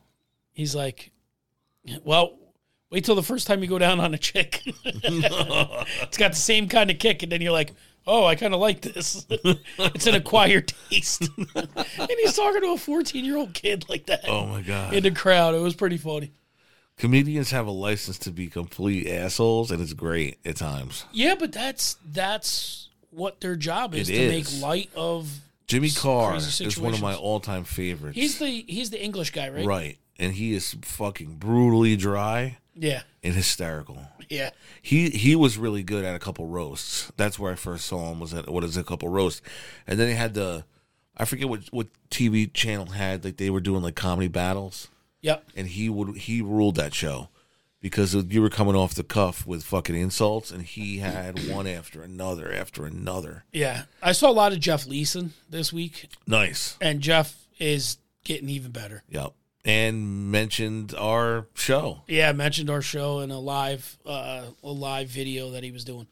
He's like, "Well." Wait till the first time you go down on a chick. it's got the same kind of kick, and then you're like, "Oh, I kind of like this." it's an acquired taste. and he's talking to a 14 year old kid like that Oh my God. in the crowd. It was pretty funny. comedians have a license to be complete assholes and it's great at times Yeah, but that's that's what their job is It to is. make light of. jimmy carr crazy is one of my situations. all-time favorites He's the he's the English guy, right? right? and he is fucking brutally dry Yeah, and hysterical yeah, he he was really good at a couple roasts that's where i first saw him was at what is it, a couple roasts and then they had the i forget what what tv channel had like they were doing like comedy battles yep, and he would he ruled that show because you were coming off the cuff with fucking insults and he had one after another after another yeah. I saw a lot of Jeff Leeson this week, Nice. and Jeff is getting even better. Yep. And mentioned our show. Yeah, I mentioned our show in a live uh, a live video that he was doing.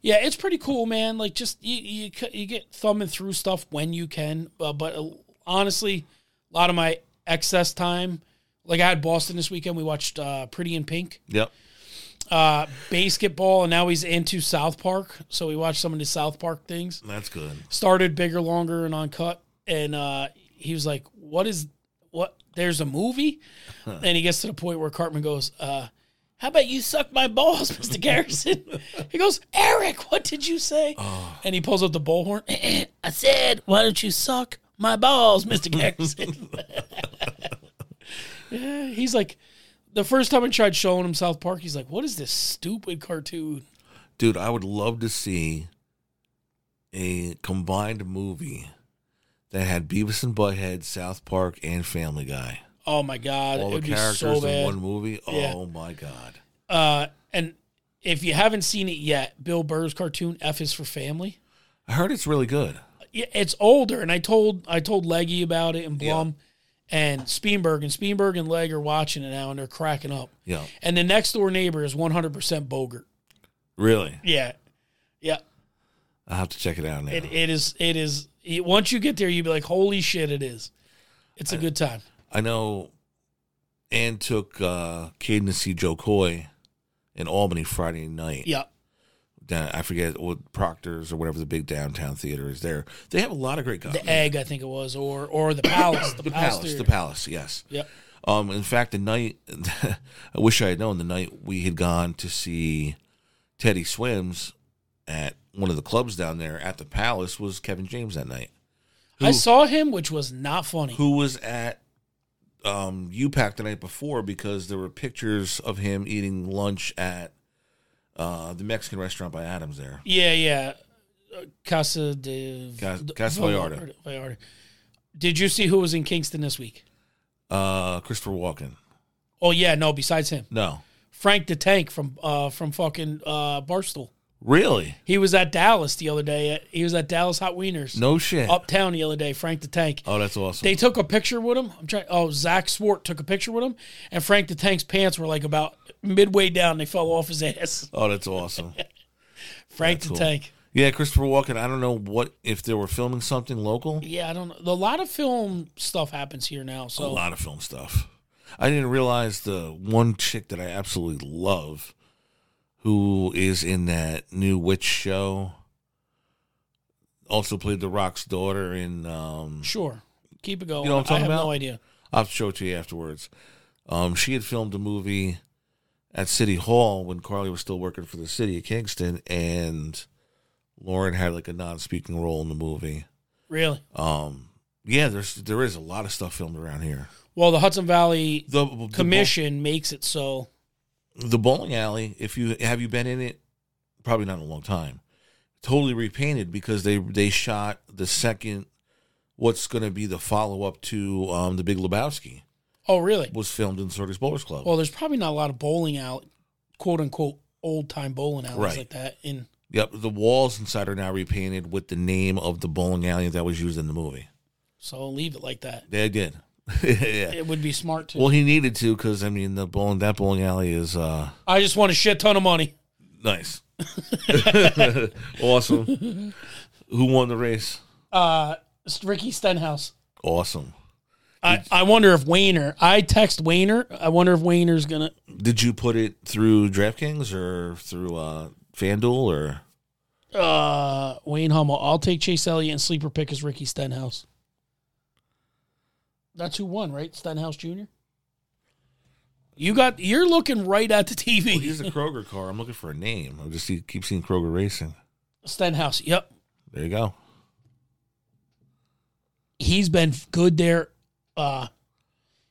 Yeah, it's pretty cool, man. Like just you you, c- you get thumbing through stuff when you can, uh, but uh, honestly, a lot of my excess time, like I had Boston this weekend. We watched uh, Pretty in Pink. Yep. uh, basketball, and now he's into South Park. So we watched some of the South Park things. That's good. Started bigger, longer, and uncut. And uh, he was like, "What is what? There's a movie." and he gets to the point where Cartman goes, uh, "How about you suck my balls, Mister Garrison?" he goes, "Eric, what did you say?" Oh. And he pulls up the bullhorn. I said, "Why don't you suck my balls, Mister Garrison?" yeah, he's like. The first time I tried showing him South Park, he's like, "What is this stupid cartoon?" Dude, I would love to see a combined movie that had Beavis and Butthead, South Park, and Family Guy. Oh my god, All it the would be so characters in bad. one movie. Yeah. Oh my god. Uh, and if you haven't seen it yet, Bill Burr's cartoon "F is for Family." I heard it's really good. Yeah, It's older, and I told I told Leggy about it and Blum and Spienberg, and Spienberg and Legg are watching it now, and they're cracking up. Yeah. And the next door neighbor is one hundred percent Bogart. Really? Yeah, yeah. I'll have to check it out now. It, it is it is. It, once you get there, you'd be like, "Holy shit!" It is. It's a good time. I know Ann took uh Caden to see Joe Coy in Albany Friday night. Yeah. Down, I forget what Proctor's or whatever the big downtown theater is there. They have a lot of great comedy. The egg, I think it was, or or the palace, the, The palace, Palace, theater. the Palace, yes. Yep. Um, in fact, the night I wish I had known the night we had gone to see Teddy Swims at one of the clubs down there at the Palace was Kevin James that night, I Who- saw him, which was not funny. who was at um UPAC the night before because there were pictures of him eating lunch at uh the Mexican restaurant by Adams there. Yeah, yeah. Uh, Casa de Cas- de- Casa Vallarta. Vallarta. Did you see who was in Kingston this week? Uh Christopher Walken. Oh yeah, no. Besides him, No. Frank the Tank from uh from fucking uh Barstool. Really? He was at Dallas the other day. At, he was at Dallas Hot Wieners No shit. uptown the other day. Frank the Tank. Oh, that's awesome. They took a picture with him. I'm trying. Oh, Zach Swart took a picture with him, and Frank the Tank's pants were like about midway down. They fell off his ass. oh, that's awesome. Frank the cool. Tank. Yeah, Christopher Walken. I don't know what if they were filming something local. Yeah, I don't know. A lot of film stuff happens here now. A So lot of film stuff. I didn't realize the one chick that I absolutely love, who is in that new witch show, also played the Rock's daughter in. Um, Sure. Keep it going. You know what I'm talking I have about? no idea. I'll show it to you afterwards. Um, she had filmed a movie at City Hall when Carly was still working for the city of Kingston, and Lauren had like a non-speaking role in the movie. Really? Um, yeah, there's there is a lot of stuff filmed around here. Well, the Hudson Valley The the Commission makes it so. bo- the bowling alley. If you have you been in it, probably not in a long time. Totally repainted because they they shot the second. What's going to be the follow up to um, the Big Lebowski Oh, really? was filmed in Circus Bowlers Club. Well, there's probably not a lot of bowling out, quote unquote, old time bowling alleys Right. like that. In yep, the walls inside are now repainted with the name of the bowling alley that was used in the movie. so leave it like that. They did. yeah. It would be smart to. Well, he needed to because I mean the bowling that bowling alley is uh, I just want a shit ton of money. Nice. awesome. Who won the race? Uh, Ricky Stenhouse. Awesome. I, I wonder if Wayner. I text Wayner. I wonder if Wayner's gonna. Did you put it through DraftKings or through uh, FanDuel or? Uh, Wayne Hummel. I'll take Chase Elliott and sleeper pick is Ricky Stenhouse. That's who won, right? Stenhouse Jr. You got. You're looking right at the TV. He's Oh, a Kroger car. I'm looking for a name. I just see, keep seeing Kroger Racing. Stenhouse. Yep. There you go. He's been good there. Uh,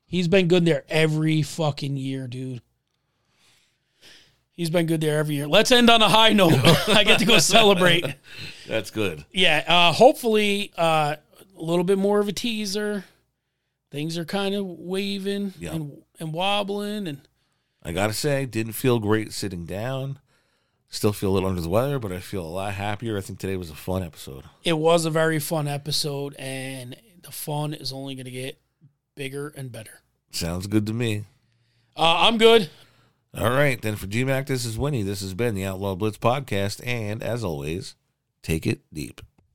he's been good there every fucking year, dude. He's been good there every year. Let's end on a high note. I get to go celebrate. That's good. yeah uh hopefully uh a little bit more of a teaser things are kind of waving Yeah. and and wobbling and I gotta say, didn't feel great sitting down. Still feel a little under the weather, but I feel a lot happier. I think today was a fun episode. it was a very fun episode and the fun is only going to get bigger and better Sounds good to me. uh, i'm good All right, then for GMAC, this is Winnie. This has been the Outlaw Blitz podcast, and as always, take it deep.